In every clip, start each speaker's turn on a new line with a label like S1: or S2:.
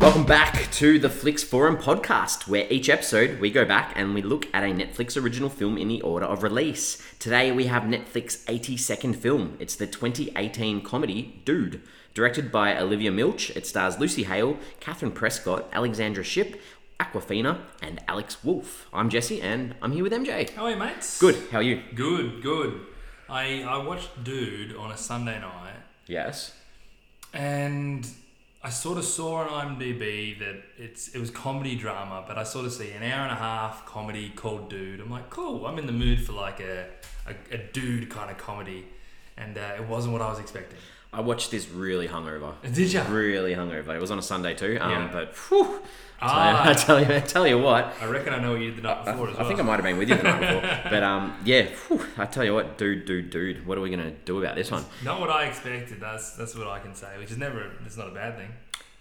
S1: welcome back to the Flix Forum podcast, where each episode we go back and we look at a Netflix original film in the order of release. Today we have Netflix's 82nd film. It's the 2018 comedy Dude, directed by Olivia Milch. It stars Lucy Hale, Catherine Prescott, Alexandra Shipp, Aquafina, and Alex Wolf. I'm Jesse, and I'm here with MJ.
S2: How are you, mates?
S1: Good. How are you?
S2: Good, good. I, I watched Dude on a Sunday night
S1: Yes.
S2: and I sort of saw on IMDb that it's it was comedy drama, but I sort of see an hour and a half comedy called Dude. I'm like, cool, I'm in the mood for like a, a, a dude kind of comedy. And uh, it wasn't what I was expecting.
S1: I watched this really hungover.
S2: Did ya?
S1: Really hungover. It was on a Sunday too. Um,
S2: Yeah.
S1: But whew,
S2: Ah.
S1: I tell you, I tell you what.
S2: I reckon I know what you did the night
S1: I,
S2: before as well.
S1: I think I might have been with you the night before. But um, yeah, whew, I tell you what, dude, dude, dude, what are we gonna do about this one?
S2: Not what I expected. That's that's what I can say, which is never. It's not a bad thing.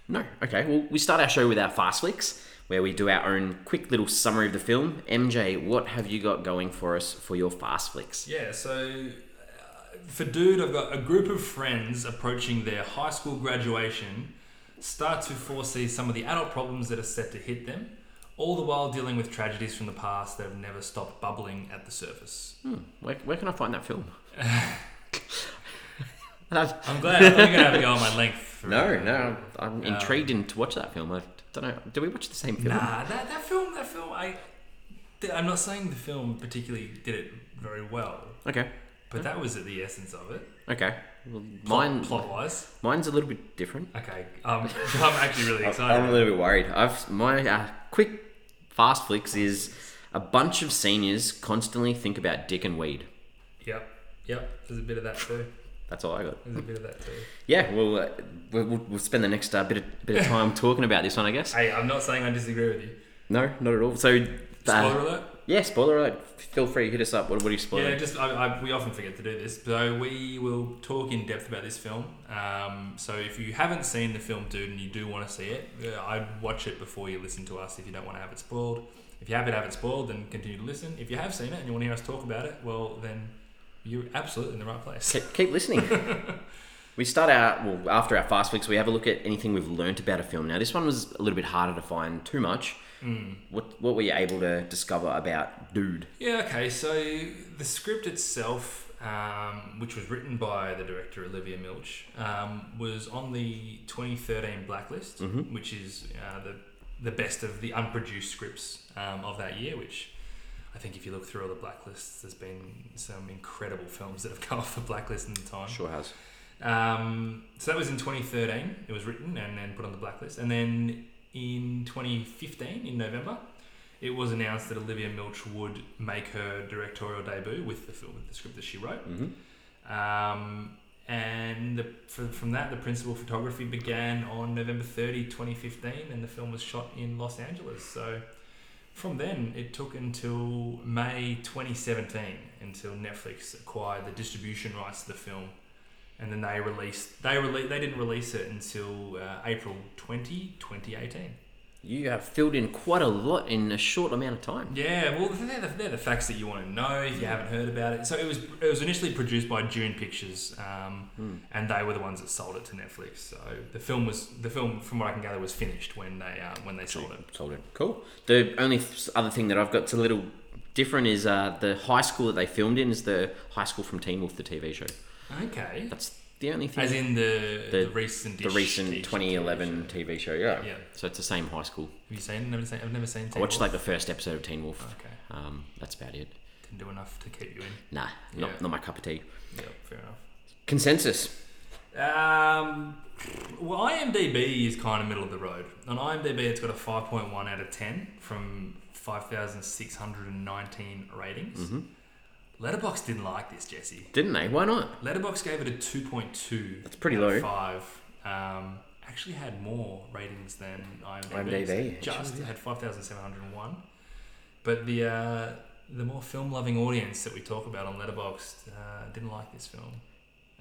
S1: No. Okay. Well, we start our show with our fast flicks, where we do our own quick little summary of the film. MJ, what have you got going for us for your fast flicks?
S2: Yeah, so uh, for dude, I've got a group of friends approaching their high school graduation start to foresee some of the adult problems that are set to hit them, all the while dealing with tragedies from the past that have never stopped bubbling at the surface.
S1: Hmm, where, where can I find that film? And I've-
S2: I'm glad I'm going to have a go on my length. For,
S1: no, no, I'm
S2: Um,
S1: intrigued in, to watch that film. I don't know. Do we watch the same film?
S2: Nah, that, that film, that film, I, th- I'm not saying the film particularly did it very well,
S1: Okay.
S2: but that was at the essence of it.
S1: Okay. Well,
S2: Plot-
S1: mine,
S2: plot-wise.
S1: mine's a little bit different.
S2: Okay, um, I'm actually really excited.
S1: I'm a little bit worried. I've my uh, quick fast flicks is a bunch of seniors constantly think about dick and weed.
S2: Yep, yep. There's a bit of that too.
S1: That's all I got.
S2: There's a bit of that too.
S1: Yeah, well, uh, we'll, we'll- we'll spend the next uh, bit of bit of time talking about this one, I guess.
S2: Hey, I'm not saying I disagree with you.
S1: No, not at all. So,
S2: Spoiler
S1: uh,
S2: alert.
S1: yeah, spoiler alert. Feel free to hit us up. What what are you
S2: Yeah,
S1: spoiling?
S2: just I, I, we often forget to do this, so we will talk in depth about this film. Um, so if you haven't seen the film, dude, and you do want to see it, uh, I'd watch it before you listen to us. If you don't want to have it spoiled, if you happy to have it spoiled, then continue to listen. If you have seen it and you want to hear us talk about it, well, then you're absolutely in the right place.
S1: Keep, keep listening. we start out well after our fast flicks. We have a look at anything we've learnt about a film. Now, this one was a little bit harder to find. Too much.
S2: Hmm.
S1: What what were you able to discover about Dude?
S2: Yeah, okay, so the script itself, um, which was written by the director Olivia Milch, um, was on the 2013 blacklist, which is uh, the, the best of the unproduced scripts um, of that year, which I think if you look through all the blacklists, there's been some incredible films that have come off the blacklist in the time.
S1: Sure has.
S2: Um, so that was in 2013. It was written and then put on the blacklist. And then in 2015, in November, it was announced that Olivia Milch would make her directorial debut with the film, with the script that she wrote.
S1: Mm-hmm.
S2: Um, and the, from, from that, the principal photography began on November 30, 2015, and the film was shot in Los Angeles. So from then, it took until May 2017 until Netflix acquired the distribution rights to the film. And then they released they rele- they didn't release it until uh, April 20, 2018.
S1: You have filled in quite a lot in a short amount of time.
S2: Yeah, well, they're the, they're the facts that you want to know if you haven't heard about it. So it was it was initially produced by Dune Pictures, um,
S1: Hmm.
S2: and they were the ones that sold it to Netflix. So the film was the film, from what I can gather, was finished when they uh, when they sold it.
S1: Sold it. Cool. The only th- other thing that I've got's a little different is uh, the high school that they filmed in is the high school from Teen Wolf, the TV show.
S2: Okay,
S1: That's the only thing.
S2: as in the
S1: The-
S2: the, recent
S1: the
S2: dish
S1: recent
S2: dish
S1: 2011
S2: TV show.
S1: TV show, yeah.
S2: Yeah, have
S1: So it's the same high school.
S2: you seen? Never seen. I've never seen.
S1: I
S2: Teen
S1: watched
S2: Wolf. Oh.
S1: like the first episode of Teen Wolf.
S2: Okay,
S1: Um, that's about it.
S2: didn't do enough to keep you in.
S1: Nah, not,
S2: Yeah.
S1: not my cup of tea.
S2: Yeah, fair enough.
S1: Consensus.
S2: Um, well, IMDb is kind of middle of the road. On IMDb, it's got a 5.1 out of 10 from 5,619 ratings.
S1: Mhm.
S2: Letterbox didn't like this, Jesse.
S1: Didn't they? Why not?
S2: Letterbox gave it a 2.2.
S1: That's pretty
S2: out of
S1: low.
S2: Five. Um, actually had more ratings than IMDb.
S1: IMDb,
S2: Just
S1: actually, yeah.
S2: had 5,701. But the uh, the more film loving audience that we talk about on Letterbox uh, didn't like this film.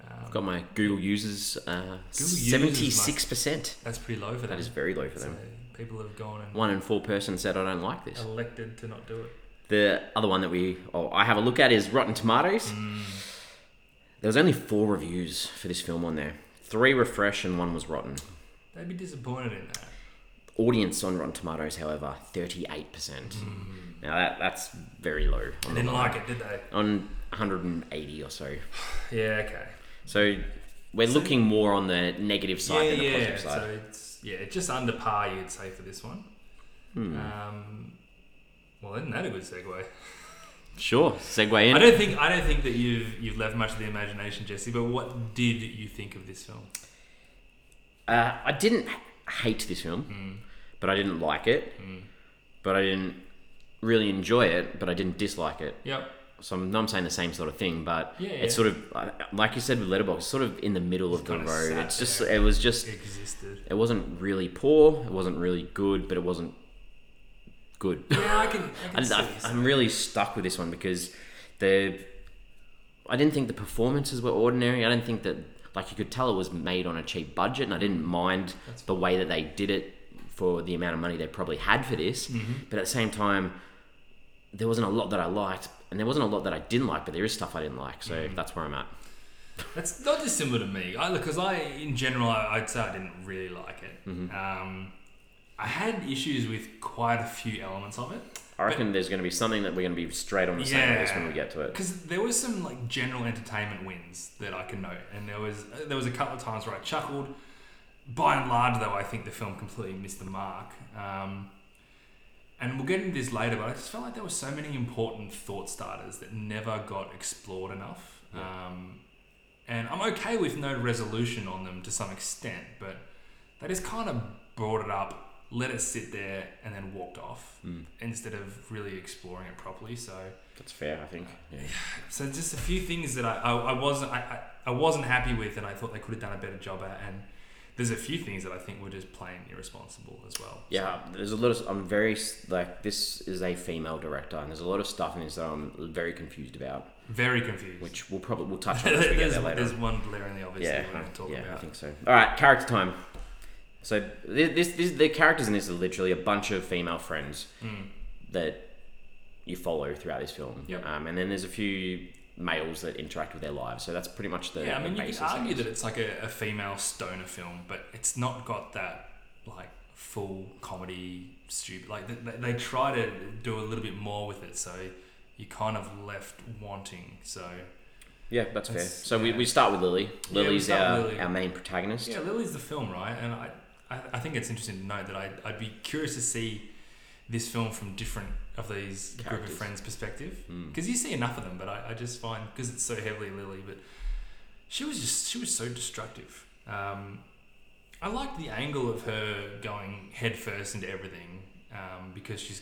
S2: Um,
S1: I've got my Google users uh,
S2: users
S1: 76%.
S2: that's pretty low for them.
S1: That is very low for
S2: So
S1: them.
S2: people have gone and
S1: One in four person said, I don't like this.
S2: elected to not do it.
S1: The other one that we, oh, I have a look at is Rotten Tomatoes. There was only four reviews for this film on there. Three were fresh and one was rotten.
S2: They'd be disappointed in that.
S1: Audience on Rotten Tomatoes, however, 38%. Now, that, that's very low.
S2: I
S1: On, the
S2: didn't
S1: line.
S2: like it, did they?
S1: on 180 or so.
S2: Yeah, okay.
S1: So we're looking more on the negative side
S2: yeah,
S1: than the
S2: yeah.
S1: positive side.
S2: So it's yeah, it's just under par, you'd say for this one. Um, well, isn't that a good segue?
S1: Sure, segue in.
S2: I don't think I don't think that you've you've left much to the imagination, Jesse. But what did you think of this film?
S1: Uh, I didn't h- hate this
S2: Mm.
S1: film, but I didn't like it. But I didn't really enjoy it, but I didn't dislike it.
S2: Yep.
S1: So I'm, I'm saying the same sort of thing, but
S2: Yeah,
S1: it's
S2: yeah.
S1: sort of uh, like you said with Letterbox, sort of in the middle of the
S2: kinda
S1: road.
S2: sat
S1: It's just
S2: there.
S1: it was just
S2: Existed.
S1: it wasn't really poor, it wasn't really good, but it wasn't good.
S2: Yeah, I can. I
S1: I,
S2: can see.
S1: I,
S2: this.
S1: I'm really stuck with this one because the I didn't think the performances were ordinary. I didn't think that like you could tell it was made on a cheap budget, and I didn't mind
S2: That's-
S1: the way that they did it for the amount of money they probably had for this.
S2: Mm-hmm.
S1: But at the same time, there wasn't a lot that I liked, and there wasn't a lot that I didn't like. But there is stuff I didn't like, so
S2: Mm-hmm.
S1: that's where I'm at.
S2: That's not dissimilar to me. I because I in general I, I'd say I didn't really like it. Um, I had issues with quite a few elements of it.
S1: I reckon there's going to be something that we're going to be straight on the same
S2: Yeah.
S1: list when we get to it.
S2: Because there was some like general entertainment wins that I can note, and there was uh, there was a couple of times where I chuckled. By and large, though, I think the film completely missed the mark. Um, and we'll get into this later, but I just felt like there were so many important thought starters that never got explored enough. Um, and I'm okay with no resolution on them to some extent, but they just kind of brought it up, let it sit there, and then walked off
S1: Hmm.
S2: instead of really exploring it properly. So.
S1: That's fair, I think. Yeah.
S2: So just a few things that I, I, I wasn't I, I, I wasn't happy with and I thought they could have done a better job at and there's a few things that I think were just plain irresponsible as well.
S1: Yeah, there's a lot of. I'm very s- like this is a female director, and there's a lot of stuff in this that I'm very confused about,
S2: Very confused.
S1: which we'll probably we'll touch on as we get
S2: there's,
S1: there later.
S2: there's one glaringly obvious
S1: yeah,
S2: that we're going to
S1: huh,
S2: talk
S1: yeah, I
S2: about.
S1: think so. All right, character time. So thi- this, this the characters in this are literally a bunch of female friends that you follow throughout this film,
S2: Hmm. Yep.
S1: um, and then there's a few males that interact with their lives. So that's pretty much the
S2: yeah, I
S1: the
S2: mean you
S1: basis
S2: could
S1: of
S2: argue
S1: this.
S2: that it's like a, a female stoner film, but it's not got that like full comedy stupid like they, they, they try to do a little bit more with it, so you're kind of left wanting. So
S1: yeah, that's, fair.
S2: that's-
S1: So we,
S2: yeah.
S1: we start with Lily.
S2: we
S1: Lily's
S2: start
S1: our,
S2: with Lily.
S1: our main protagonist.
S2: Yeah, Lily's the film, right? And I, I, I think it's interesting to note that I, I'd be curious to see this film from different of these group
S1: Characters.
S2: of friends' perspective
S1: Mm.
S2: because you see enough of them, but I, I just find because it's so heavily Lily, but she was just she was so destructive. Um, I liked the angle of her going headfirst into everything um, because she's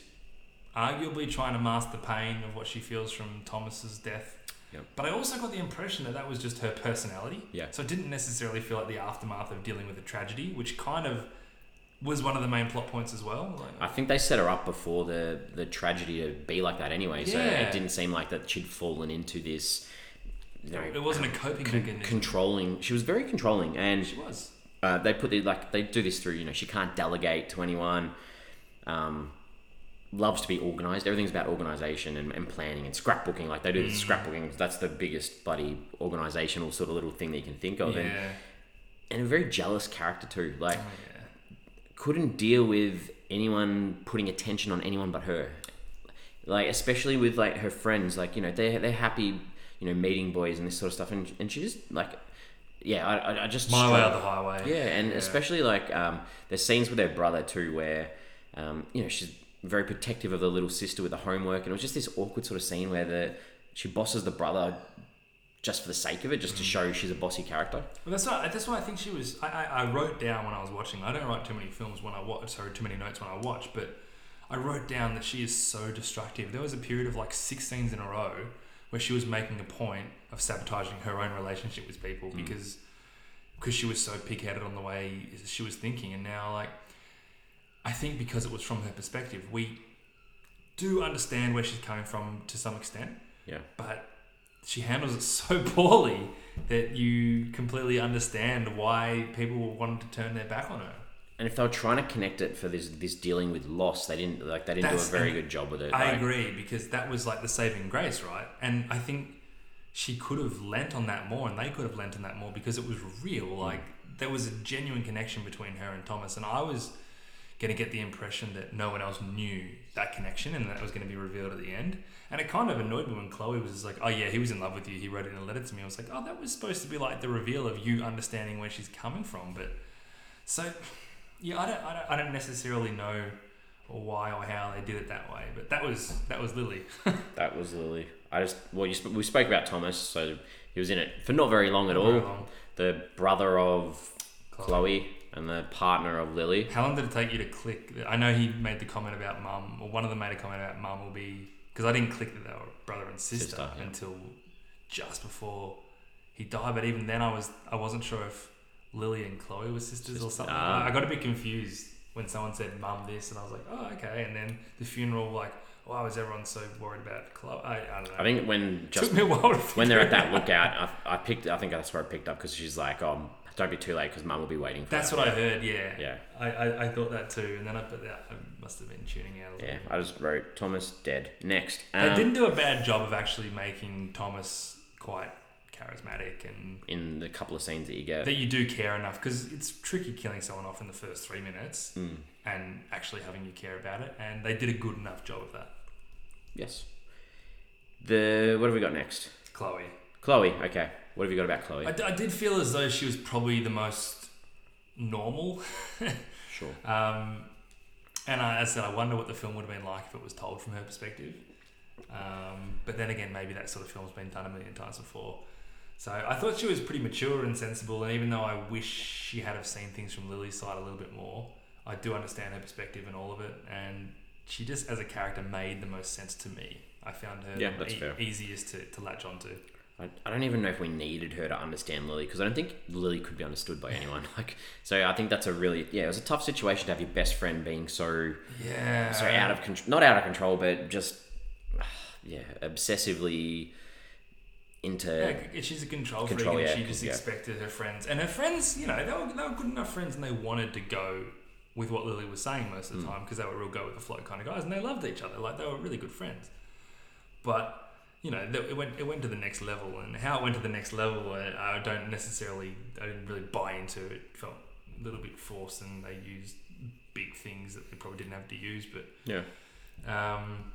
S2: arguably trying to mask the pain of what she feels from Thomas's death.
S1: Yep.
S2: But I also got the impression that that was just her personality.
S1: Yeah.
S2: So it didn't necessarily feel like the aftermath of dealing with a tragedy, which kind of was one of the main plot points as well. Like,
S1: I think they set her up before the the tragedy to be like that anyway. So
S2: Yeah.
S1: it didn't seem like that she'd fallen into this. You know,
S2: it wasn't a coping
S1: con-
S2: mechanism.
S1: controlling. She was very controlling, and
S2: she was.
S1: uh, they put the like they do this through. You know, she can't delegate to anyone. Um, loves to be organized. Everything's about organization and, and planning and scrapbooking. Like they do the
S2: Mm.
S1: scrapbooking. That's the biggest bloody organizational sort of little thing that you can think of. And,
S2: Yeah.
S1: and a very jealous character too. Like
S2: Oh, yeah.
S1: couldn't deal with anyone putting attention on anyone but her. Like especially with like her friends, like you know they they're happy, you know meeting boys and this sort of stuff, and and she just like, yeah, I I- I just
S2: My way
S1: struggle-
S2: or the highway.
S1: yeah, and
S2: Yeah.
S1: especially like um, there's scenes with her brother too, where um, you know she's very protective of the little sister with the homework, and it was just this awkward sort of scene where the she bosses the brother just for the sake of it, just to
S2: Mm.
S1: show she's a bossy character.
S2: Well, that's why. That's why I think she was. I, I, I wrote down when I was watching. I don't write too many films when I watch. Sorry, too many notes when I watch. But I wrote down that she is so destructive. There was a period of like six scenes in a row where she was making a point of sabotaging her own relationship with people because because she was so pig-headed on the way she was thinking. And now, like, I think because it was from her perspective, we do understand where she's coming from to some extent
S1: Yeah,
S2: but she handles it so poorly that you completely understand why people wanted to turn their back on her.
S1: and if they were trying to connect it for this this dealing with loss, they didn't like they didn't
S2: That's-
S1: do a very
S2: and
S1: good job with it.
S2: I
S1: like-
S2: agree because that was like the saving grace, right? And I think she could have lent on that more, and they could have lent on that
S1: Hmm.
S2: more because it was real. Like there was a genuine connection between her and Thomas, and I was going to get the impression that no one else knew that connection and that was going to be revealed at the end. And it kind of annoyed me when Chloe was just like, oh, yeah, he was in love with you. He wrote it in a letter to me. I was like, oh, that was supposed to be like the reveal of you understanding where she's coming from. But so, yeah, I don't, I don't, I don't necessarily know why or how they did it that way. But that was that was Lily.
S1: That was Lily. I just well, you sp- we spoke about Thomas, so he was in it for not very long at all.
S2: Um,
S1: The brother of
S2: Chloe.
S1: Chloe and the partner of Lily.
S2: How long did it take you to click? I know he made the comment about mum, or one of them made a comment about mum will be because I didn't click that they were brother and sister,
S1: Sister, yeah.
S2: until just before he died. But even then, I was I wasn't sure if Lily and Chloe were sisters or something.
S1: ah.
S2: I I got a bit confused when someone said mum this, and I was like, oh okay. And then the funeral, like, oh, why was everyone so worried about Chloe? I, I don't know.
S1: I think when
S2: it
S1: just
S2: took me a while to
S1: when
S2: figure
S1: they're at
S2: it out.
S1: that lookout, I, I picked. I think that's where I picked up because she's like, "Oh, don't be too late because Mum will be waiting for."
S2: That's
S1: her.
S2: what I heard. Yeah.
S1: Yeah.
S2: I, I, I thought that too, and then I put that. I must have been tuning out. A little
S1: Yeah,
S2: bit.
S1: I just wrote Thomas dead. Next,
S2: They
S1: um,
S2: didn't do a bad job of actually making Thomas quite charismatic and
S1: in the couple of scenes that you get,
S2: that you do care enough because it's tricky killing someone off in the first three minutes
S1: Hmm.
S2: and actually having you care about it. And they did a good enough job of that.
S1: yes. The what have we got next?
S2: Chloe.
S1: Chloe. Okay, what have you got about Chloe?
S2: I, d- I did feel as though she was probably the most normal.
S1: sure.
S2: um, and I, as I said, I wonder what the film would have been like if it was told from her perspective. Um, but then again, maybe that sort of film's been done a million times before. So I thought she was pretty mature and sensible, and even though I wish she had have seen things from Lily's side a little bit more, I do understand her perspective and all of it. And she just, as a character, made the most sense to me. I found her
S1: Yeah, that's
S2: e-
S1: fair.
S2: easiest to, to latch onto.
S1: I, I don't even know if we needed her to understand Lily because I don't think Lily could be understood by anyone. Like, so I think that's a really yeah, it was a tough situation to have your best friend being so
S2: Yeah.
S1: so out of control, not out of control, but just yeah, obsessively into
S2: Yeah, she's a control,
S1: Control,
S2: freak,
S1: yeah,
S2: and she just
S1: yeah.
S2: expected her friends, and her friends, you know, they were, they were good enough friends, and they wanted to go with what Lily was saying most
S1: Hmm.
S2: of the time because they were real go with the flow kind of guys, and they loved each other, like they were really good friends. But you know, th- it went it went to the next level, and how it went to the next level, I, I don't necessarily, I didn't really buy into it. It Felt a little bit forced, and they used big things that they probably didn't have to use, but
S1: yeah.
S2: um,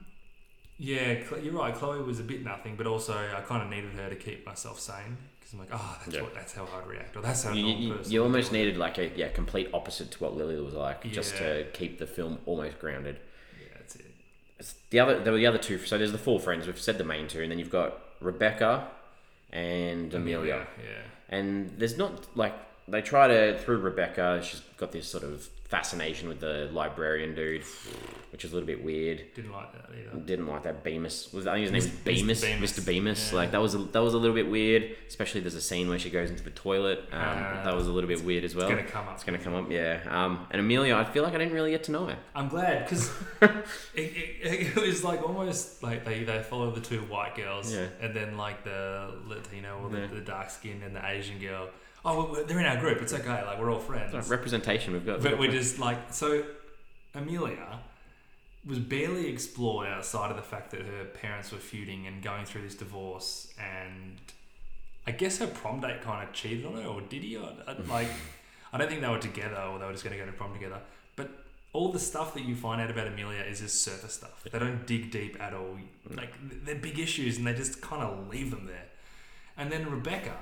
S2: yeah, Chlo- you're right. Chloe was a bit nothing, but also I kind of needed her to keep myself sane because I'm like, oh, that's
S1: Yeah.
S2: what that's how I'd react, or that's how a
S1: You,
S2: normal
S1: you,
S2: person.
S1: you
S2: would
S1: almost
S2: do it.
S1: needed like a yeah complete opposite to what Lily was like just
S2: Yeah.
S1: to keep the film almost grounded.
S2: Yeah, that's it.
S1: It's the other there were the other two. So there's the four friends we've said the main two, and then you've got Rebecca and Amelia.
S2: Yeah.
S1: and there's not like they try to through Rebecca. She's got this sort of fascination with the librarian dude, which is a little bit weird.
S2: Didn't like that either.
S1: Didn't like that Bemis. Was I think his name was
S2: Mr.
S1: Bemis?
S2: Bemis.
S1: Mr. Bemis.
S2: Yeah.
S1: Like that was a, that was a little bit weird. Especially there's a scene where she goes into the toilet. Um,
S2: Ah,
S1: that was a little bit weird as well.
S2: It's gonna come up.
S1: It's gonna come up, yeah. Um, and Amelia, I feel like I didn't really get to know her.
S2: I'm glad because it, it, it was like almost like they, they follow the two white girls
S1: Yeah.
S2: and then like the Latino or the,
S1: Yeah.
S2: the dark skinned and the Asian girl. Oh, well, well, they're in our group. It's okay. Like we're all friends.
S1: Like, representation we've got.
S2: But we're just like so. Amelia was barely explored outside of the fact that her parents were feuding and going through this divorce, and I guess her prom date kind of cheated on her, or did he? Or, I- like, I don't think they were together, or they were just going to go to prom together. But all the stuff that you find out about Amelia is just surface stuff. They don't dig deep at all. Like, th- they're big issues, and they just kind of leave them there. And then Rebecca,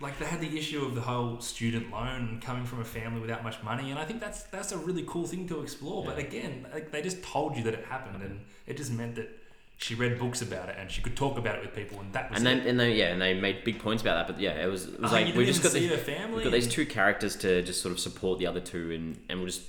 S2: like they had the issue of the whole student loan and coming from a family without much money, and I think that's that's a really cool thing to explore. But
S1: Yeah.
S2: again, like they just told you that it happened, and it just meant that she read books about it and she could talk about it with people, and that was
S1: and
S2: it.
S1: then and they yeah, and they made big points about that. But yeah, it was it was
S2: Oh, you
S1: like
S2: didn't
S1: we just
S2: even
S1: got the,
S2: see her family.
S1: We've got these two characters to just sort of support the other two, and, and we'll just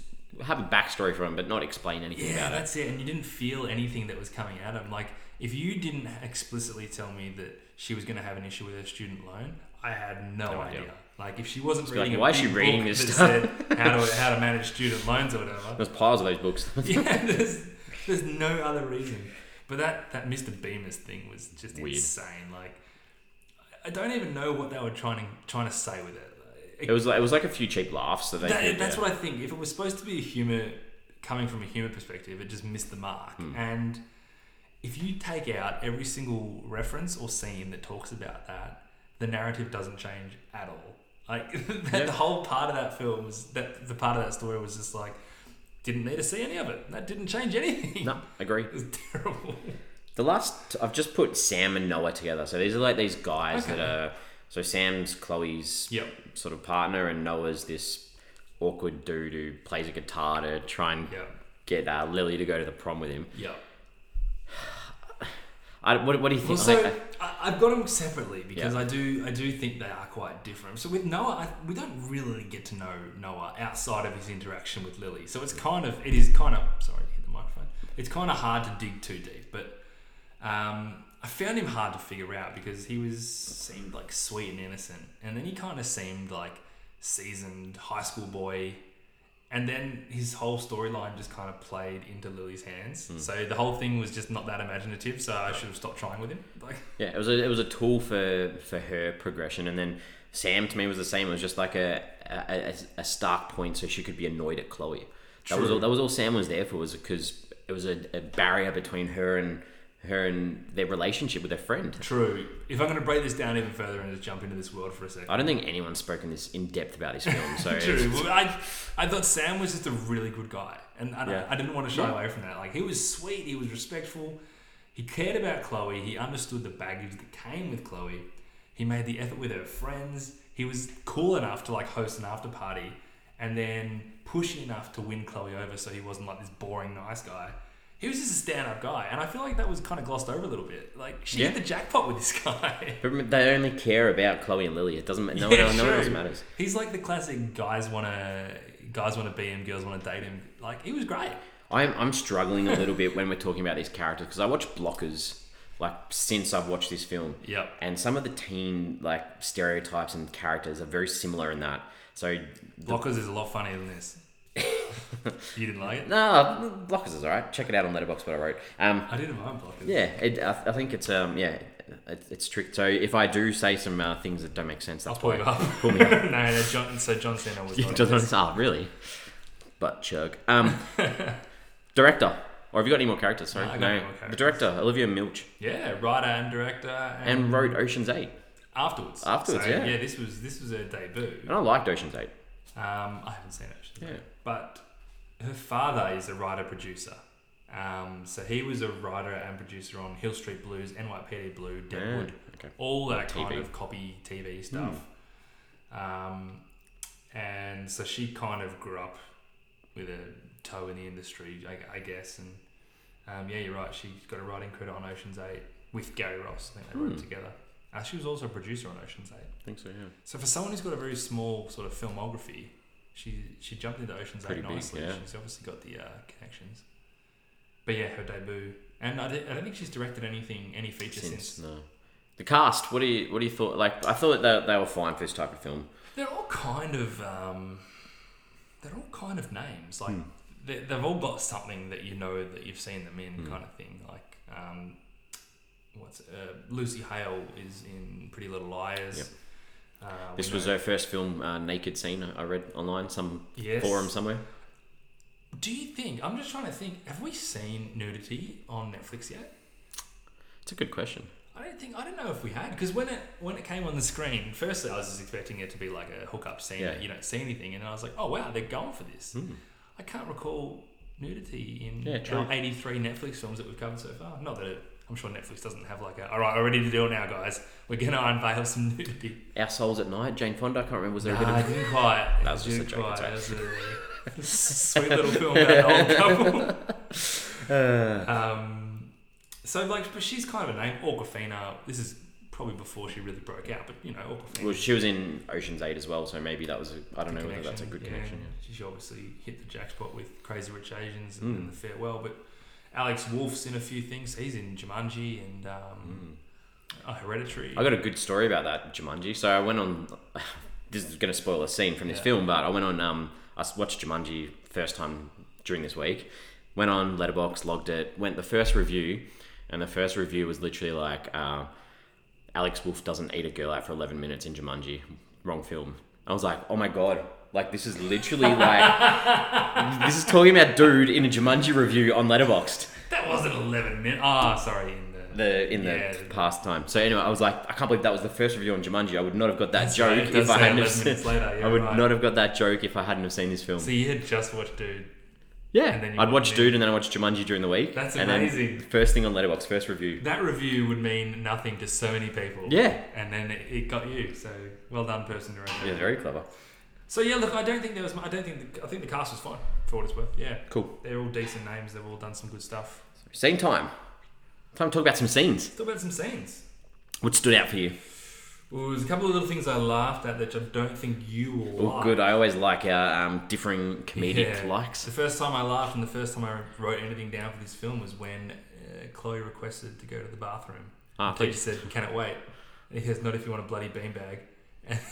S1: have a backstory for them, but not explain anything
S2: yeah,
S1: about it.
S2: that's it. And you didn't feel anything that was coming at him. Like, if you didn't explicitly tell me that she was going to have an issue with her student loan, I had no,
S1: No idea.
S2: idea. Like, if she wasn't reading,
S1: like,
S2: a
S1: why is she
S2: big
S1: reading
S2: book
S1: this
S2: that
S1: stuff?
S2: said how to how to manage student loans or whatever.
S1: There's piles of those books.
S2: yeah, there's there's no other reason. But that that Mr. Bemis thing was just
S1: Weird.
S2: insane. Like, I I don't even know what they were trying to trying to say with it. It
S1: it was like it was like a few cheap laughs that they.
S2: that,
S1: did,
S2: that's
S1: yeah.
S2: what I think. If it was supposed to be a humor coming from a humor perspective, it just missed the mark.
S1: Hmm.
S2: And if you take out every single reference or scene that talks about that, the narrative doesn't change at all. Like that,
S1: Yeah.
S2: the whole part of that film was that the part of that story was just like didn't need to see any of it. That didn't change anything.
S1: No, agree.
S2: It was terrible.
S1: The last I've just put Sam and Noah together. So these are like these guys
S2: Okay.
S1: that are so Sam's Chloe's
S2: Yep.
S1: sort of partner and Noah's this awkward dude who plays a guitar to try and
S2: Yep.
S1: get uh, Lily to go to the prom with him.
S2: Yep.
S1: I, what, what do you think?
S2: Well,
S1: I think-
S2: so I, I've got them separately because
S1: Yeah.
S2: I do I do think they are quite different. So with Noah, I, we don't really get to know Noah outside of his interaction with Lily. So it's kind of it is kind of sorry to hit the microphone. It's kind of hard to dig too deep, but um, I found him hard to figure out because he was seemed like sweet and innocent, and then he kind of seemed like seasoned high school boy. And then his whole storyline just kind of played into Lily's hands. So the whole thing was just not that imaginative. So I should have stopped trying with him. Like,
S1: Yeah, it was a, it was a tool for for her progression, and then Sam to me was the same. It was just like a a, a, a stark point, so she could be annoyed at Chloe. That was
S2: True.
S1: all. That was all Sam was there for, was because it was a, a barrier between her and her and their relationship with her friend.
S2: True. If I'm going to break this down even further and just jump into this world for a second.
S1: I don't think anyone's spoken this in depth about this film, so
S2: True. Well, I, I thought Sam was just a really good guy, and I,
S1: Yeah.
S2: I didn't want to shy
S1: Yeah.
S2: away from that. Like he was sweet, he was respectful, he cared about Chloe, he understood the baggage that came with Chloe. He made the effort with her friends. He was cool enough to like host an after party, and then pushy enough to win Chloe over, so he wasn't like this boring nice guy. He was just a stand-up guy, and I feel like that was kind of glossed over a little bit. Like she
S1: Yeah.
S2: hit the jackpot with this guy.
S1: But they only care about Chloe and Lily. It doesn't. No one
S2: Yeah,
S1: else, no one else
S2: true.
S1: matters.
S2: He's like the classic guys want to guys want to be him, girls want to date him. Like he was great.
S1: I'm I'm struggling a little bit when we're talking about these characters because I watch Blockers like since I've watched this film.
S2: Yep.
S1: and some of the teen like stereotypes and characters are very similar in that. So
S2: Blockers is a lot funnier than this. you didn't like it?
S1: no, Blockers is alright. Check it out on Letterbox. What I wrote. Um,
S2: I didn't mind Blockers.
S1: yeah, it, I, I think it's um, yeah, it, it's tricked. So if I do say some uh, things that don't make sense,
S2: I'll
S1: that's
S2: pull you
S1: why.
S2: up.
S1: Pull me
S2: no, no, John, so John Cena was
S1: Yeah,
S2: not
S1: doesn't ah really, but chug. Um, director, or have you got any more characters? Sorry,
S2: No, I got no more characters.
S1: the director Olivia Milch
S2: Yeah, writer and director, and,
S1: and wrote Ocean's Eight,
S2: afterwards.
S1: Afterwards,
S2: So,
S1: yeah.
S2: Yeah, this was this was her debut.
S1: and I liked Ocean's Eight.
S2: Um, I haven't seen it. Actually.
S1: Yeah.
S2: But her father is a writer producer. Um, so he was a writer and producer on Hill Street Blues, NYPD Blue, Deadwood,
S1: okay.
S2: all that
S1: TV.
S2: kind of copy TV stuff.
S1: Hmm.
S2: Um, and so she kind of grew up with a toe in the industry, I, I guess. And um, yeah, you're right. She got a writing credit on Ocean's Eight with Gary Ross. I think they wrote it
S1: Hmm.
S2: together. Uh, she was also a producer on Ocean's Eight.
S1: I think so. Yeah.
S2: So for someone who's got a very small sort of filmography, she she jumped into Ocean's
S1: Pretty
S2: Eight
S1: big,
S2: nicely.
S1: yeah.
S2: She's obviously got the uh, connections. But yeah, her debut, and I, don't- I don't think she's directed anything any feature since.
S1: since no. The cast, what do you what do you thought? Like I thought they, they were fine for this type of film.
S2: They're all kind of um, they're all kind of names
S1: Hmm.
S2: like they, they've all got something that you know that you've seen them in
S1: Hmm.
S2: kind of thing. Like um, what's uh, Lucy Hale is in Pretty Little Liars.
S1: Yep.
S2: Uh, we
S1: This was
S2: know-
S1: their first film, uh, Naked Scene. I I read online some
S2: yes.
S1: forum somewhere.
S2: Do you think? I'm just trying to think. Have we seen nudity on Netflix yet?
S1: It's a good question.
S2: I don't think. I don't know if we had because when it when it came on the screen, firstly I was just expecting it to be like a hookup scene
S1: Yeah. Hmm.
S2: that you don't see anything, and then I was like, oh wow, they're going for this. I can't recall nudity in
S1: Yeah, true.
S2: our 83 Netflix films that we've covered so far. Not that it, I'm sure Netflix doesn't have like a. All right, we're ready to do it now, guys. We're gonna unveil some nudity.
S1: Our Souls at Night. Jane Fonda. I can't remember. Was there
S2: Nah,
S1: a
S2: I
S1: bit of
S2: didn't quite.
S1: That was just a
S2: didn't
S1: joke, it's
S2: quite. It was a sweet little film about an old couple.
S1: uh,
S2: Um, so like, but she's kind of a name, Orgafina. This is probably before she really broke out, but you know, Orgafina.
S1: well, she was in Ocean's Eight as well, so maybe that was. A, I don't know whether
S2: connection,
S1: that's a good
S2: yeah.
S1: connection. Yeah.
S2: She obviously hit the jackpot with Crazy Rich Asians
S1: Mm.
S2: and, and the farewell, but Alex Wolf's in a few things. He's in Jumanji and um, uh, Hereditary.
S1: Mm. I got a good story about that Jumanji. So I went on. This is going to spoil a scene from this
S2: Yeah.
S1: film, but I went on. Um, I s- watched Jumanji first time during this week. Went on Letterbox, logged it. Went the first review, and the first review was literally like, uh, "Alex Wolf doesn't eat a girl out for 11 minutes in Jumanji. Wrong film." I was like, "Oh my god." Like this is literally like this is talking about dude in a Jumanji review on Letterboxd
S2: that wasn't eleven minutes. Ah, sorry. In the,
S1: the in the
S2: Yeah.
S1: past time. So anyway, I was like, I can't believe that was the first review on Jumanji. I would not have got that
S2: That's
S1: joke
S2: right, it
S1: if
S2: does
S1: I
S2: say
S1: hadn't have
S2: 11 minutes
S1: seen,
S2: later, yeah,
S1: I would
S2: right.
S1: not have got that joke if I hadn't have seen this film.
S2: so you had just watched Dude.
S1: Yeah,
S2: And then you
S1: I'd watch
S2: watch it.
S1: Dude and then I watch Jumanji during the week.
S2: That's
S1: and
S2: amazing.
S1: Then first thing on Letterbox, first review.
S2: That review would mean nothing to so many people.
S1: Yeah,
S2: And then it, it got you. So well done, person who wrote that.
S1: yeah, very clever.
S2: So yeah, look, I don't think there was. mu- I don't think. The, I think the cast was fine for what it's worth. Yeah,
S1: Cool.
S2: they're all decent names. They've all done some good stuff.
S1: Scene time. Time to talk about some scenes.
S2: Still about some scenes.
S1: What stood out for you?
S2: Well, there's a couple of little things I laughed at that I don't think you will.
S1: Oh,
S2: like.
S1: good. I always like our um, differing comedic
S2: Yeah.
S1: likes.
S2: The first time I laughed and the first time I wrote anything down for this film was when uh, Chloe requested to go to the bathroom.
S1: Ah,
S2: Chloe just said, "Can it wait?" And he goes, "Not if you want a bloody beanbag."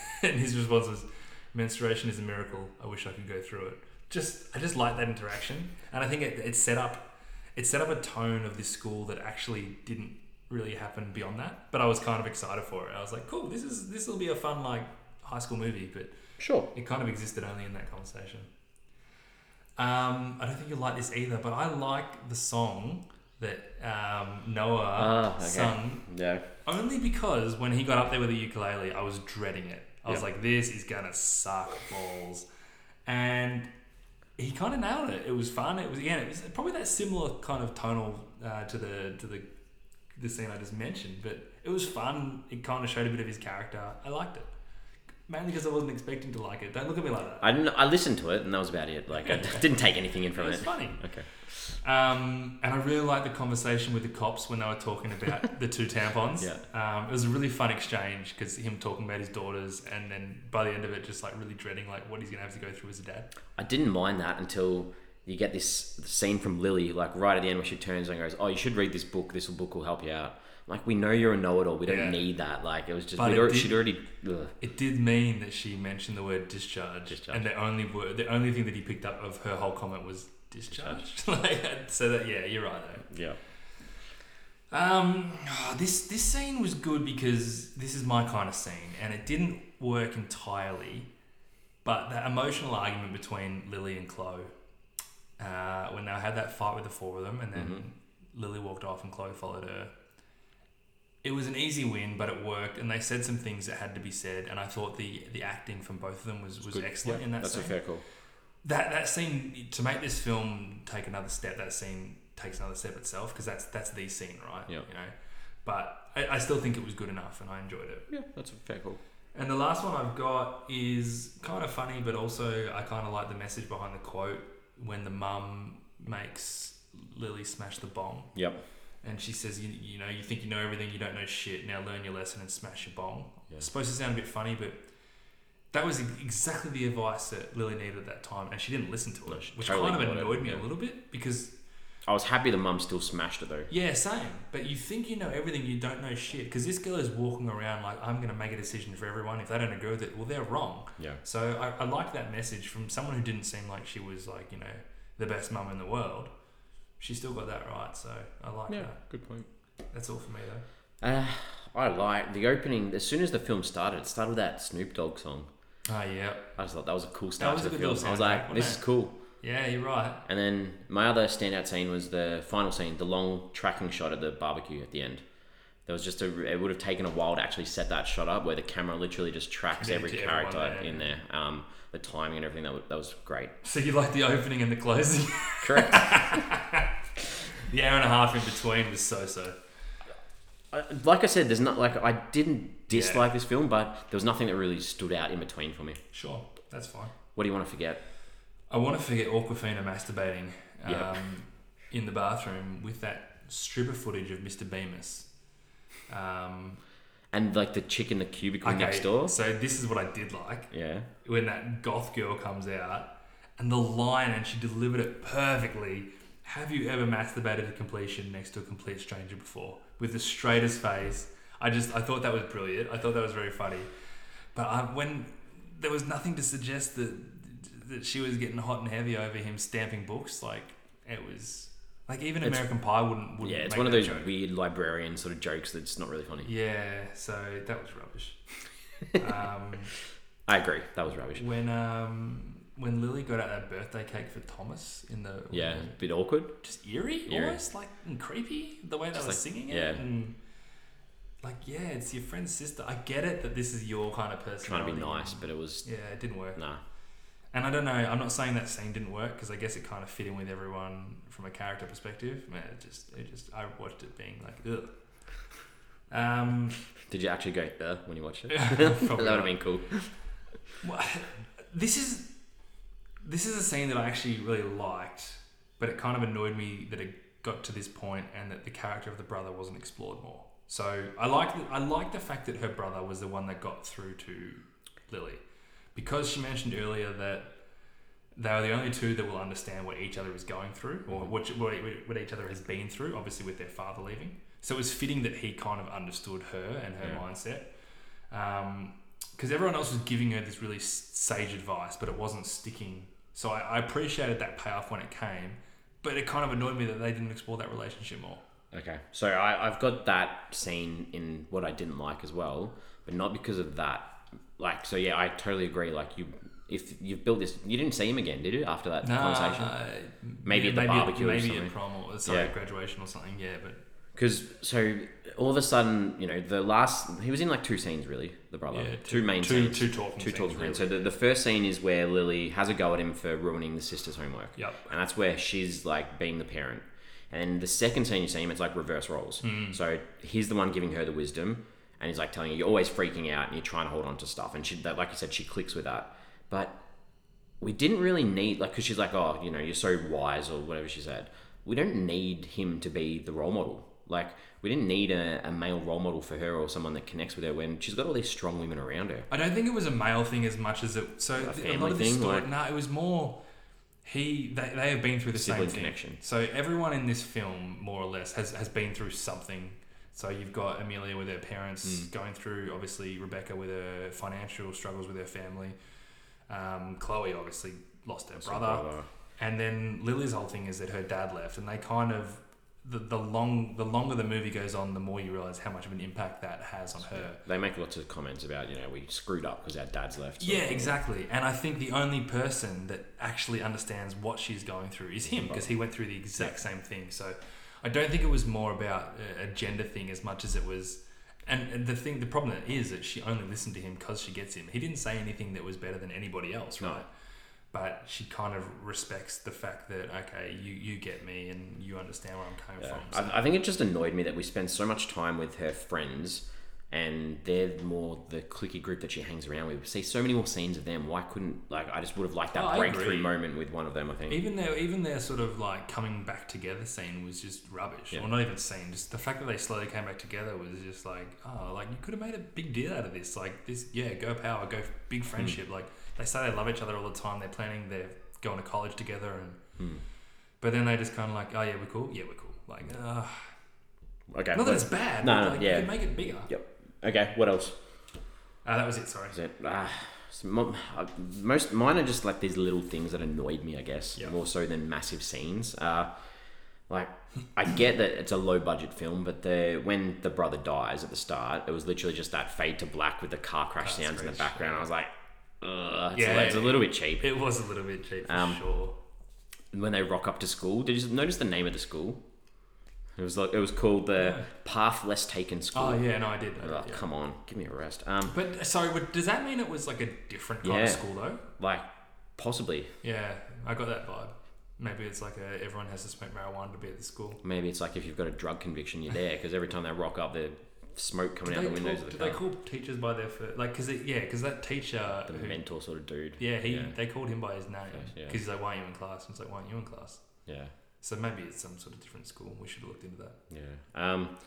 S2: And his response was, "Menstruation is a miracle. I wish I could go through it." Just, I just like that interaction, and I think it, it set up, it set up a tone of this school that actually didn't really happen beyond that. But I was kind of excited for it. I was like, "Cool, this is this will be a fun like high school movie." But
S1: Sure.
S2: it kind of existed only in that conversation. Um, I don't think you'll like this either, but I like the song that um, Noah
S1: Ah, okay.
S2: sung
S1: Yeah.
S2: only because when he got up there with the ukulele, I was dreading it. I was
S1: Yep.
S2: like, this is going to suck balls. And he kind of nailed it. It was fun. It was, again, it was probably that similar kind of tonal uh, to the to the the scene I just mentioned, but it was fun. It kind of showed a bit of his character. I liked it. Mainly because I wasn't expecting to like it. Don't look at me like that.
S1: I didn't, I listened to it and that was about it. Like I didn't take anything in
S2: It
S1: from
S2: was
S1: it.
S2: funny.
S1: Okay.
S2: Um, and I really liked the conversation with the cops when they were talking about the two tampons.
S1: Yeah.
S2: Um, it was a really fun exchange because him talking about his daughters and then by the end of it, just like really dreading like what he's going to have to go through as a dad.
S1: I didn't mind that until you get this scene from Lily, like right at the end where she turns and goes, "Oh, you should read this book. This book will help you out." Like we know you're a know-it-all. We don't
S2: Yeah.
S1: need that. Like it was just
S2: But
S1: we'd
S2: it
S1: already,
S2: did-
S1: she'd already. Ugh.
S2: It did mean that she mentioned the word discharge,
S1: Discharge.
S2: and the only word, the only thing that he picked up of her whole comment was discharged. like, so that yeah, you're right though.
S1: Yeah.
S2: Um, this this scene was good because this is my kind of scene, and it didn't work entirely. But that emotional argument between Lily and Chloe, uh, when they had that fight with the four of them, and then
S1: Mm-hmm.
S2: Lily walked off and Chloe followed her. It was an easy win, but it worked, and they said some things that had to be said. And I thought the the acting from both of them was, was
S1: Good.
S2: excellent in that
S1: That's a
S2: scene
S1: fair call.
S2: that that scene to make this film take another step that scene takes another step itself because that's that's the scene right
S1: Yeah.
S2: you know but I, I still think it was good enough and i enjoyed it
S1: Yeah, that's a fair call.
S2: and the last one i've got is kind of funny but also i kind of like the message behind the quote when the mum makes lily smash the bomb
S1: Yep.
S2: and she says you, you know you think you know everything you don't know shit now learn your lesson and smash your bomb
S1: Yeah.
S2: it's supposed to sound a bit funny but that was exactly the advice that Lily needed at that time, and she didn't listen to it,
S1: No, she
S2: which
S1: totally
S2: kind of
S1: ignored it,
S2: annoyed me
S1: yeah.
S2: a little bit because
S1: I was happy the mum still smashed it though.
S2: yeah, same. But you think you know everything, you don't know shit. Because this girl is walking around like, I'm going to make a decision for everyone. If they don't agree with it, well, they're wrong.
S1: Yeah.
S2: So I, I like that message from someone who didn't seem like she was, like, you know, the best mum in the world. She still got that right. So I like
S1: Good point.
S2: that. That's all for me, though.
S1: Uh, I like the opening. As soon as the film started, it started with that Snoop Dogg song.
S2: Oh, yeah.
S1: I just thought that was a cool start
S2: was
S1: to
S2: a
S1: the
S2: good
S1: film.
S2: little
S1: I was
S2: soundtrack,
S1: like,
S2: wasn't
S1: this
S2: it?
S1: is cool.
S2: Yeah, you're right.
S1: And then my other standout scene was the final scene, the long tracking shot at the barbecue at the end. There was just a. It would have taken a while to actually set that shot up, where the camera literally just tracks
S2: Yeah,
S1: every
S2: to everyone
S1: character
S2: there.
S1: in there. Um, the timing and everything that was, that was great.
S2: So you like the opening and the closing?
S1: Correct.
S2: the hour and a half in between was so so.
S1: I- like I said, there's not like I didn't dislike this film, but there was nothing that really stood out in between for me.
S2: Sure, that's fine.
S1: What do you want to forget?
S2: I want to forget Aquafina masturbating um,
S1: Yeah.
S2: in the bathroom with that stripper footage of Mr. Bemis. Um,
S1: And like the chick in the cubicle
S2: okay,
S1: next door.
S2: So this is what I did like
S1: Yeah.
S2: when that goth girl comes out and the line, and she delivered it perfectly. Have you ever masturbated to completion next to a complete stranger before? With the straightest face. I just, I thought that was brilliant. I thought that was very funny. But I, when there was nothing to suggest that that she was getting hot and heavy over him stamping books, like it was, like even
S1: It's-
S2: American Pie wouldn't, wouldn't
S1: Yeah, it's
S2: make
S1: one of
S2: that
S1: those
S2: joke.
S1: weird librarian sort of jokes that's not really funny.
S2: Yeah, so that was rubbish. um,
S1: I agree. That was rubbish.
S2: When um when Lily got out that birthday cake for Thomas in the
S1: Yeah, a bit awkward.
S2: just eerie,
S1: Eerie.
S2: almost like and creepy the way they
S1: Just
S2: were
S1: like-
S2: singing it.
S1: yeah.
S2: And, like yeah, it's your friend's sister. I get it that this is your kind of person
S1: Trying to be nice, but it was
S2: Yeah, it didn't work.
S1: nah.
S2: And I don't know. I'm not saying that scene didn't work because I guess it kind of fit in with everyone from a character perspective. Man, it just, it just, I watched it being like, ugh. Um,
S1: Did you actually go there when you watched it?
S2: Probably
S1: that would
S2: not.
S1: have been cool.
S2: Well, this is this is a scene that I actually really liked, but it kind of annoyed me that it got to this point and that the character of the brother wasn't explored more. So I like I like the fact that her brother was the one that got through to Lily, because she mentioned earlier that they were the only two that will understand what each other is going through
S1: Mm-hmm.
S2: or what, what, what each other has been through. Obviously, with their father leaving, so it was fitting that he kind of understood her and her
S1: Yeah.
S2: mindset because everyone else was giving her this really s- sage advice, but it wasn't sticking. So I, I appreciated that payoff when it came, but it kind of annoyed me that they didn't explore that relationship more.
S1: Okay, so I, I've got that scene in what I didn't like as well, but not because of that. Like, so yeah, I totally agree. Like, you, if you've built this, you didn't see him again, did you? After that conversation,
S2: Uh,
S1: Maybe at the barbecue or
S2: maybe
S1: something.
S2: at prom or sorry,
S1: Yeah.
S2: graduation or something. Yeah, but
S1: because so all of a sudden, you know, the last he was in like two scenes really. The brother,
S2: yeah,
S1: two, main
S2: Um, two,
S1: scenes,
S2: two talking,
S1: two
S2: scenes,
S1: talking
S2: really.
S1: scenes. So the, the first scene is where Lily has a go at him for ruining the sister's homework.
S2: Yep.
S1: and that's where she's like being the parent. And the second scene you see him, it's like reverse roles.
S2: Hmm.
S1: So he's the one giving her the wisdom, and he's like telling her, "You're always freaking out, and you're trying to hold on to stuff." And she, that, like you said, she clicks with that. But we didn't really need like, because she's like, "Oh, you know, you're so wise," or whatever she said. We don't need him to be the role model. Like, we didn't need a, a male role model for her or someone that connects with her when she's got all these strong women around her.
S2: I don't think it was a male thing as much as it. So th- a, lot
S1: family
S2: of this
S1: thing,
S2: story,
S1: like-
S2: no, it was more. He they, they have been through the same
S1: Sibling
S2: thing.
S1: connection.
S2: So everyone in this film, more or less, has has been through something. So you've got Amelia with her parents
S1: Hmm.
S2: going through, obviously Rebecca with her financial struggles with her family. Um, Chloe obviously lost her brother. And then Lily's whole thing is that her dad left, and they kind of the, the long the longer the movie goes on, the more you realize how much of an impact that has on her.
S1: They make lots of comments about, you know, we screwed up because our dad's left. sort of
S2: Yeah,
S1: thing.
S2: exactly. And I think the only person that actually understands what she's going through is him because he went through the exact same thing. So I don't think it was more about a- a gender thing as much as it was. And and the thing, the problem is that she only listened to him because she gets him. He didn't say anything that was better than anybody else,
S1: No.
S2: right? But she kind of respects the fact that okay, you you get me and you understand where I'm coming
S1: Yeah.
S2: from. So-
S1: I, I think it just annoyed me that we spend so much time with her friends and they're more the clicky group that she hangs around with. We see so many more scenes of them. Why couldn't, like, I just would have liked that
S2: Oh, I
S1: breakthrough
S2: agree.
S1: moment with one of them, I think.
S2: Even their even their sort of like coming back together scene was just rubbish.
S1: Yeah.
S2: Or not even scene, just the fact that they slowly came back together was just like, oh, like you could have made a big deal out of this. Like this, yeah, go power, go
S1: Hmm.
S2: big friendship. Like they say they love each other all the time. They're planning they're going to college together, and
S1: Hmm.
S2: but then they just kind of like, oh yeah, we're cool. Yeah, we're cool. Like, uh,
S1: okay.
S2: not that
S1: what-
S2: it's bad.
S1: No,
S2: but,
S1: no,
S2: like,
S1: yeah.
S2: You can make it bigger.
S1: yep. Okay, what else?
S2: Uh, that was it. Sorry.
S1: Is it, ah, it's mo- uh, most mine are just like these little things that annoyed me, I guess,
S2: Yeah.
S1: more so than massive scenes. Uh, like I get that it's a low budget film, but the when the brother dies at the start, it was literally just that fade to black with the car crash
S2: Car
S1: sounds in the
S2: crash,
S1: background. I was like, Ugh, it's, a,
S2: Yeah,
S1: it's a
S2: yeah,
S1: little bit cheap.
S2: It was a little bit cheap for
S1: Um,
S2: sure.
S1: When they rock up to school, did you notice the name of the school? It was like it was called the
S2: Yeah.
S1: Path Less Taken School.
S2: Oh yeah, no, I did. I did
S1: Ugh,
S2: yeah.
S1: Come on, give me a rest. Um,
S2: But sorry, but does that mean it was like a different kind
S1: Yeah.
S2: of school though?
S1: like possibly
S2: Yeah, I got that vibe. Maybe it's like a, everyone has to smoke marijuana to be at the school.
S1: Maybe it's like if you've got a drug conviction, you're there because every time they rock up, there's smoke coming
S2: Do
S1: out
S2: they,
S1: the windows
S2: call,
S1: of
S2: do
S1: the
S2: they
S1: car.
S2: call teachers by their first, like, cause it, yeah, cause that teacher,
S1: the
S2: who,
S1: mentor sort of dude.
S2: yeah, he
S1: Yeah.
S2: they called him by his name
S1: First, yeah.
S2: because he's like, why aren't you in class? And it's like, why aren't you in class?
S1: Yeah,
S2: So maybe it's some sort of different school. We should have looked into that.
S1: yeah. Um,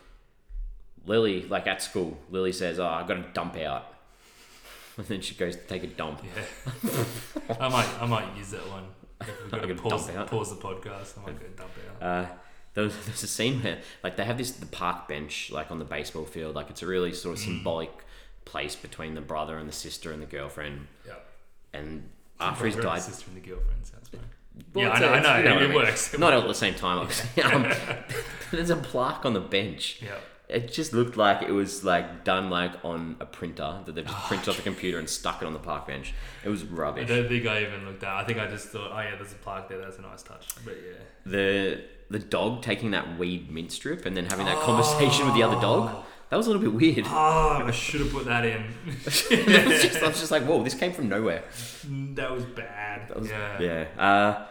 S1: Lily, like at school, Lily says, "Oh, I've got to dump out," and then she goes to take a dump.
S2: Yeah, I might I might use that one. If we've got
S1: I'm
S2: to
S1: gonna
S2: pause,
S1: dump out.
S2: pause the podcast. I might go dump out.
S1: Uh, there was, there's a scene where like they have this the park bench like on the baseball field, like it's a really sort
S2: Mm.
S1: of symbolic place between the brother and the sister and the girlfriend.
S2: yeah.
S1: And after he's
S2: Brother and
S1: died,
S2: Sister and the girlfriend sounds fine.
S1: Well,
S2: yeah, I
S1: it's-
S2: know, I
S1: it's-
S2: know.
S1: you know what
S2: it
S1: I mean.
S2: works.
S1: not all at the same time. Obviously. Um, there's a plaque on the bench.
S2: Yeah.
S1: It just looked like it was like done like on a printer that
S2: Oh,
S1: they've just printed off a computer and stuck it on the park bench. It was
S2: I
S1: rubbish.
S2: don't think I even looked at. I think I just thought, oh yeah, there's a plaque there. That's a nice touch. But yeah, Oh.
S1: The the dog taking that weed mint strip and then having that conversation with the other dog. That was a little bit weird.
S2: Ah, I should have put that in.
S1: It was just- I was just like, whoa, this came from nowhere.
S2: That was bad.
S1: That was-
S2: yeah.
S1: yeah. Uh,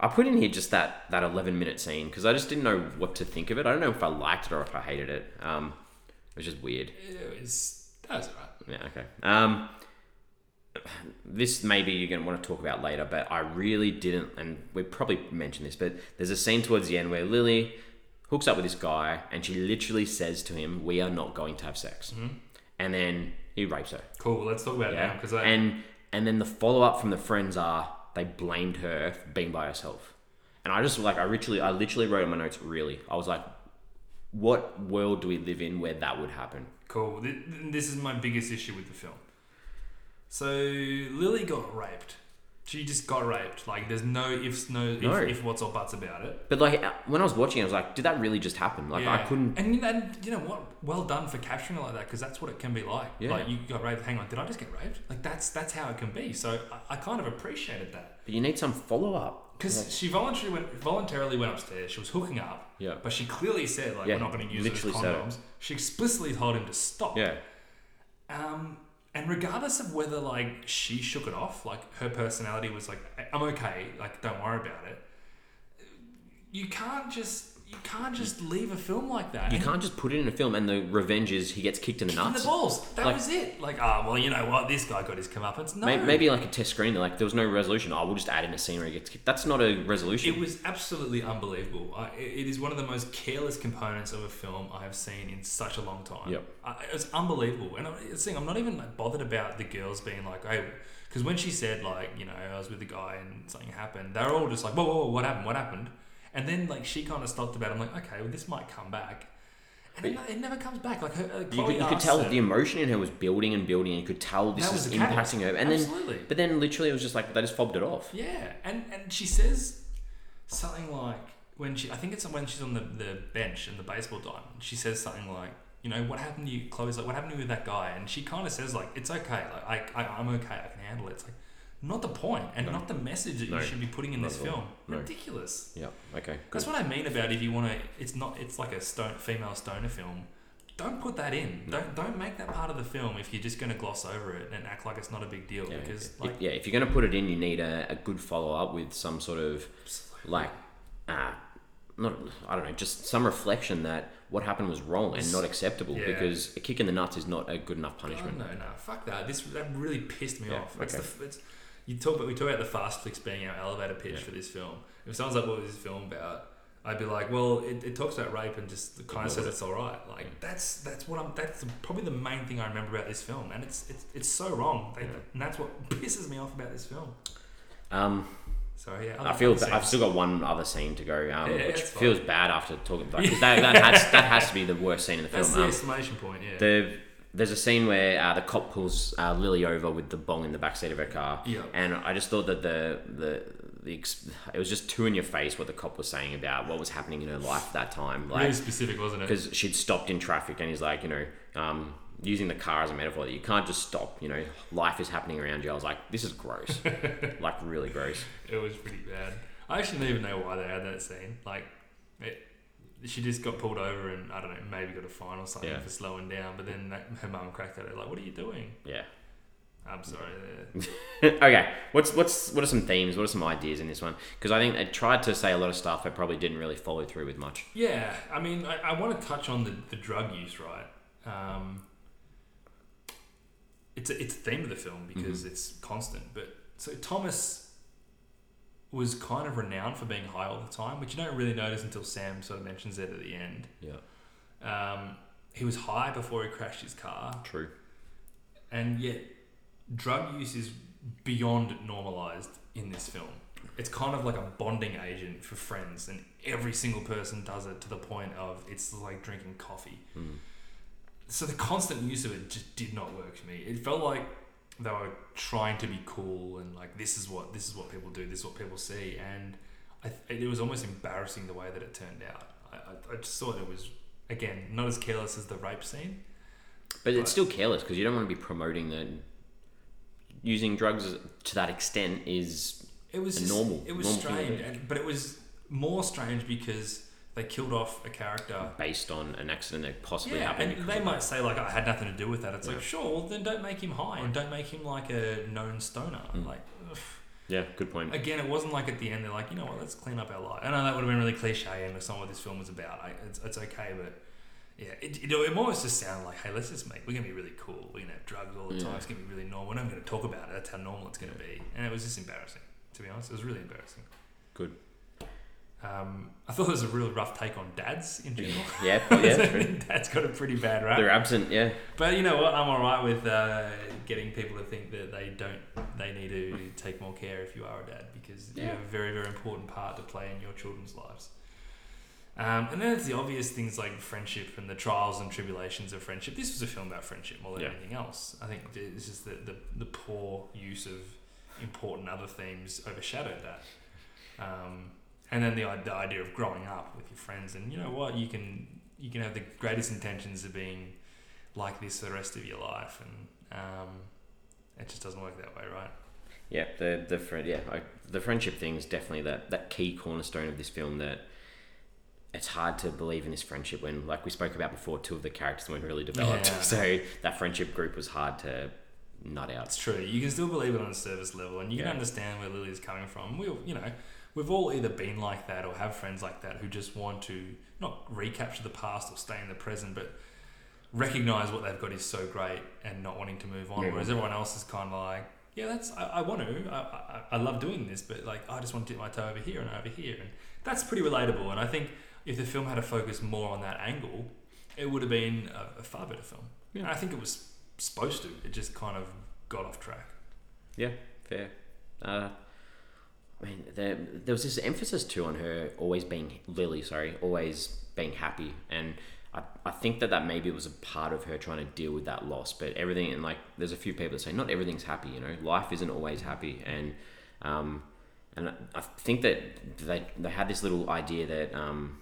S1: I put in here just that that 11 minute scene because I just didn't know what to think of it. I don't know if I liked it or if I hated it. Um, it was just weird.
S2: It was, that was alright.
S1: Yeah, okay. Um, this maybe you're going to want to talk about later, but I really didn't, and we probably mentioned this, but there's a scene towards the end where Lily hooks up with this guy and she literally says to him, We are not going to have sex. And then he rapes her.
S2: Cool. Let's talk about it now
S1: Yeah.
S2: because I
S1: and, and then the follow up from the friends are they blamed her for being by herself. And I just like, I literally, I literally wrote in my notes, really. I was like, what world do we live in where that would happen?
S2: Cool. Th- th- This is my biggest issue with the film. So Lily got raped. She just got raped. Like there's no ifs, no,
S1: No.
S2: If, if what's or buts about it.
S1: But like when I was watching, I was like, did that really just happen? Like I
S2: Yeah.
S1: couldn't.
S2: And you, know, and you know what? Well done for capturing it like that because that's what it can be like.
S1: Yeah.
S2: Like you got raped. Hang on, did I just get raped? Like that's that's how it can be. So I, I kind of appreciated that
S1: But you need some follow up.
S2: because she voluntarily went voluntarily went upstairs. She was hooking up.
S1: Yeah.
S2: But she clearly said like
S1: Yeah,
S2: we're not going to use it as
S1: literally said it.
S2: condoms. She explicitly told him to stop.
S1: Yeah.
S2: Um, and regardless of whether like she shook it off, like her personality was like, "I- "I'm okay, like don't worry about it." You can't just you can't just leave a film like that.
S1: You
S2: And
S1: can't just put it in a film and the revenge is he gets kicked in the
S2: kick in the
S1: nuts.
S2: balls. That
S1: Like-
S2: was it. Like, ah, well, you know what? This guy got his comeuppance. No,
S1: May- Maybe like a test screen, like there was no resolution. Oh, we'll just add in a scene where he gets kicked. That's not a resolution.
S2: It was absolutely unbelievable. I, it it is one of the most careless components of a film I have seen in such a long time.
S1: Yep.
S2: I, it was unbelievable, and I'm, it's the thing, I'm not even like bothered about the girls being like, "Hey," because when she said like, you know, I was with the guy and something happened, they're all just like, "Whoa, whoa, whoa what happened? What happened?" And then like she kind of stopped about. it. I'm like, okay, well this might come back, and it, it never comes back. Like her, uh,
S1: you
S2: Chloe
S1: could, you could
S2: asks
S1: tell
S2: her-
S1: the emotion in her was building and building, and you could tell this
S2: That
S1: is
S2: was the catalyst.
S1: impacting her. And
S2: Absolutely.
S1: then, but then literally it was just like they just fobbed it off.
S2: Yeah, and and she says something like when she I think it's when she's on the, the bench in the baseball diamond. She says something like, you know, what happened to you, Chloe's like, what happened to you with that guy? And she kind of says like, it's okay, like I, I I'm okay, I can handle it. It's like not the point and not the message that
S1: No,
S2: you should be putting in
S1: not
S2: this
S1: at all.
S2: film.
S1: No.
S2: Ridiculous.
S1: Yeah. Okay. Good.
S2: That's what I mean about if you want to. It's not. It's like a stone female stoner film. Don't put that in. Don't don't make that part of the film if you're just going to gloss over it and act like it's not a big deal
S1: yeah.
S2: because
S1: If-
S2: like
S1: yeah. If you're gonna put it in, you need a, a good follow up with some sort of like uh not I don't know, just some reflection that what happened was wrong and not acceptable
S2: Yeah.
S1: because a kick in the nuts is not a good enough
S2: Oh,
S1: punishment.
S2: no, no, fuck that. This that really pissed me
S1: Yeah,
S2: off. It's
S1: okay.
S2: the, it's, you talk about we talk about the fast flicks being our elevator pitch
S1: Yeah.
S2: for this film. If someone's like, "What was this film about?" I'd be like, "Well, it, it talks about rape and just kind of says it's all right." Like that's that's what I'm. That's probably the main thing I remember about this film, and it's it's, it's so wrong. They, And that's what pisses me off about this film.
S1: Um,
S2: So yeah,
S1: I feel
S2: other
S1: that I've
S2: scenes.
S1: still got one other scene to go, um,
S2: Yeah, yeah,
S1: which
S2: it's fine.
S1: feels bad after talking about because that, that has that has to be the worst scene in the
S2: That's
S1: film.
S2: the
S1: Um,
S2: exclamation point. Yeah.
S1: the there's a scene where uh, the cop pulls uh, Lily over with the bong in the backseat of her car,
S2: Yeah.
S1: and I just thought that the the the ex- it was just too in your face what the cop was saying about what was happening in her life at that time. Like
S2: really specific, wasn't it?
S1: because she'd stopped in traffic and he's like you know um, using the car as a metaphor that you can't just stop you know life is happening around you i was like this is gross like really gross
S2: It was pretty bad. I actually don't even know why they had that scene. Like, it, she just got pulled over and I don't know, maybe got a fine or something
S1: Yeah.
S2: for slowing down. But then that, her mum cracked at her like, "What are you doing?"
S1: yeah
S2: I'm sorry. uh,
S1: okay what's what's what are some themes what are some ideas in this one because i think they tried to say a lot of stuff but probably didn't really follow through with much
S2: Yeah, I mean, I, I want to touch on the, the drug use, right? Um, it's a, it's a theme of the film because it's constant. But so Thomas was kind of renowned for being high all the time, which you don't really notice until Sam sort of mentions it at the end.
S1: yeah
S2: Um, he was high before he crashed his car,
S1: true
S2: and yet drug use is beyond normalized in this film. It's kind of like a bonding agent for friends, and every single person does it to the point of it's like drinking coffee. So the constant use of it just did not work for me. It felt like they were trying to be cool and like this is what this is what people do, this is what people see, and I, it was almost embarrassing the way that it turned out. I, I, I just thought it was again not as careless as the rape scene.
S1: but it's still careless because you don't want to be promoting that using drugs to that extent is
S2: It was
S1: a
S2: just,
S1: normal-
S2: It was
S1: normal
S2: strange,
S1: thing.
S2: and, but it was more strange because they killed off a character.
S1: based on an accident that possibly
S2: Oh. Yeah,
S1: happened.
S2: and
S1: because
S2: they
S1: of
S2: might say like I had nothing to do with that. It's
S1: Yeah.
S2: like sure, well, then don't make him high and don't make him like a known stoner.
S1: Mm.
S2: Like ugh.
S1: that. Yeah, good point.
S2: again, it wasn't like at the end they're like, you know what, let's clean up our life. I know that would have been really cliche and it's not what this film was about. I, it's, it's okay, but yeah, it, it, it almost just sounded like, hey, let's just make we're gonna be really cool. We're gonna have drugs all the time.
S1: Yeah.
S2: It's gonna be really normal. We're not gonna talk about it. That's how normal it's gonna be. And it was just embarrassing. To be honest, it was really embarrassing.
S1: Good.
S2: Um, I thought it was a real rough take on dads in general.
S1: Yeah, Oh, yeah, true.
S2: Dad's got a pretty bad rap.
S1: They're absent. Yeah,
S2: But you know what? I'm all right with uh, getting people to think that they don't, they need to take more care if you are a dad because you
S1: Yeah.
S2: have a very, very important part to play in your children's lives. Um, and then it's the obvious things like friendship and the trials and tribulations of friendship. This was a film about friendship more than
S1: Yeah.
S2: anything else. I think th- it's just the, the, the poor use of important other themes overshadowed that. Um, and then the, i- the idea of growing up with your friends and you know what you can you can have the greatest intentions of being like this for the rest of your life and um, it just doesn't work that way right
S1: yeah. The the friend. Yeah, I, the friendship thing is definitely that that key cornerstone of this film. That it's hard to believe in this friendship when, like we spoke about before, two of the characters weren't really developed.
S2: Yeah.
S1: So that friendship group was hard to nut out.
S2: It's true. You can still believe it on a service level, and you
S1: Yeah.
S2: can understand where Lily's coming from. We, you know, we've all either been like that or have friends like that who just want to not recapture the past or stay in the present, but recognize what they've got is so great and not wanting to move on.
S1: Move on.
S2: Whereas everyone else is kind of like, yeah, that's I, I want to. I, I, I love doing this, but like I just want to dip my toe over here and over here, and that's pretty relatable. And I think if the film had a focus more on that angle, it would have been a, a far better film.
S1: Yeah.
S2: And I think it was supposed to. It just kind of got off track.
S1: Fair. Uh, I mean, there, there was this emphasis too on her always being Lily. Sorry, always being happy, and I, I think that that maybe was a part of her trying to deal with that loss. But everything and like, there's a few people that say not everything's happy. You know, life isn't always happy, and um, and I- I think that they they had this little idea that um,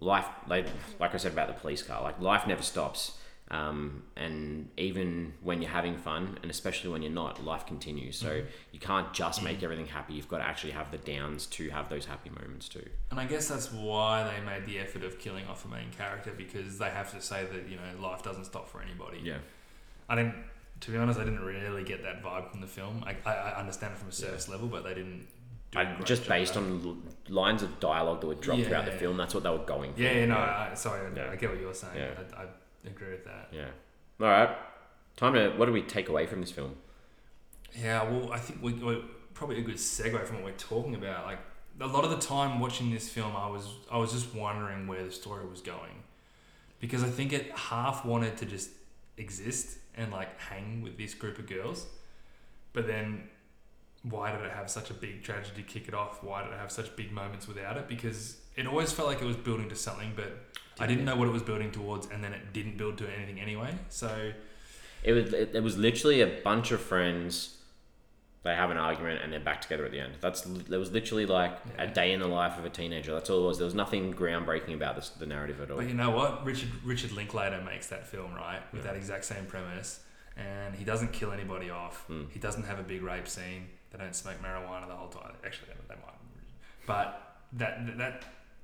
S1: life like like I said about the police car, like life never stops. Um, and even when you're having fun, and especially when you're not, life continues. So
S2: Mm-hmm.
S1: you can't just make everything happy. You've got to actually have the downs to have those happy moments too.
S2: And I guess that's why they made the effort of killing off a main character because they have to say that, you know, life doesn't stop for anybody.
S1: Yeah,
S2: I didn't, to be honest, I didn't really get that vibe from the film. I, I, I understand it from a surface level, but they didn't do a
S1: I,
S2: great
S1: just
S2: job
S1: based
S2: of
S1: on
S2: that.
S1: l- lines of dialogue that were dropped throughout the
S2: Yeah.
S1: film, that's what they were going for.
S2: Yeah, yeah, no, I, sorry, I,
S1: Yeah.
S2: I get what you were saying.
S1: Yeah.
S2: I, I agree with that.
S1: yeah. All right, time to what do we take away from this film?
S2: Yeah, well, I think we, we probably a good segue from what we're talking about. Like a lot of the time watching this film, I was I was just wondering where the story was going, because I think it half wanted to just exist and like hang with this group of girls, but then why did it have such a big tragedy kick it off? Why did it have such big moments without it? Because it always felt like it was building to something, but I didn't know what it was building towards, and then it didn't build to anything anyway. So
S1: It was it, it was literally a bunch of friends. They have an argument and they're back together at the end. That's li- that was literally like a
S2: Yeah.
S1: day in the life of a teenager. That's all it was. There was nothing groundbreaking about this, the narrative at all.
S2: But you know what? Richard Richard Linklater makes that film, right? With
S1: Yeah.
S2: that exact same premise. And he doesn't kill anybody off.
S1: Mm.
S2: He doesn't have a big rape scene. They don't smoke marijuana the whole time. Actually, they, they might. But that that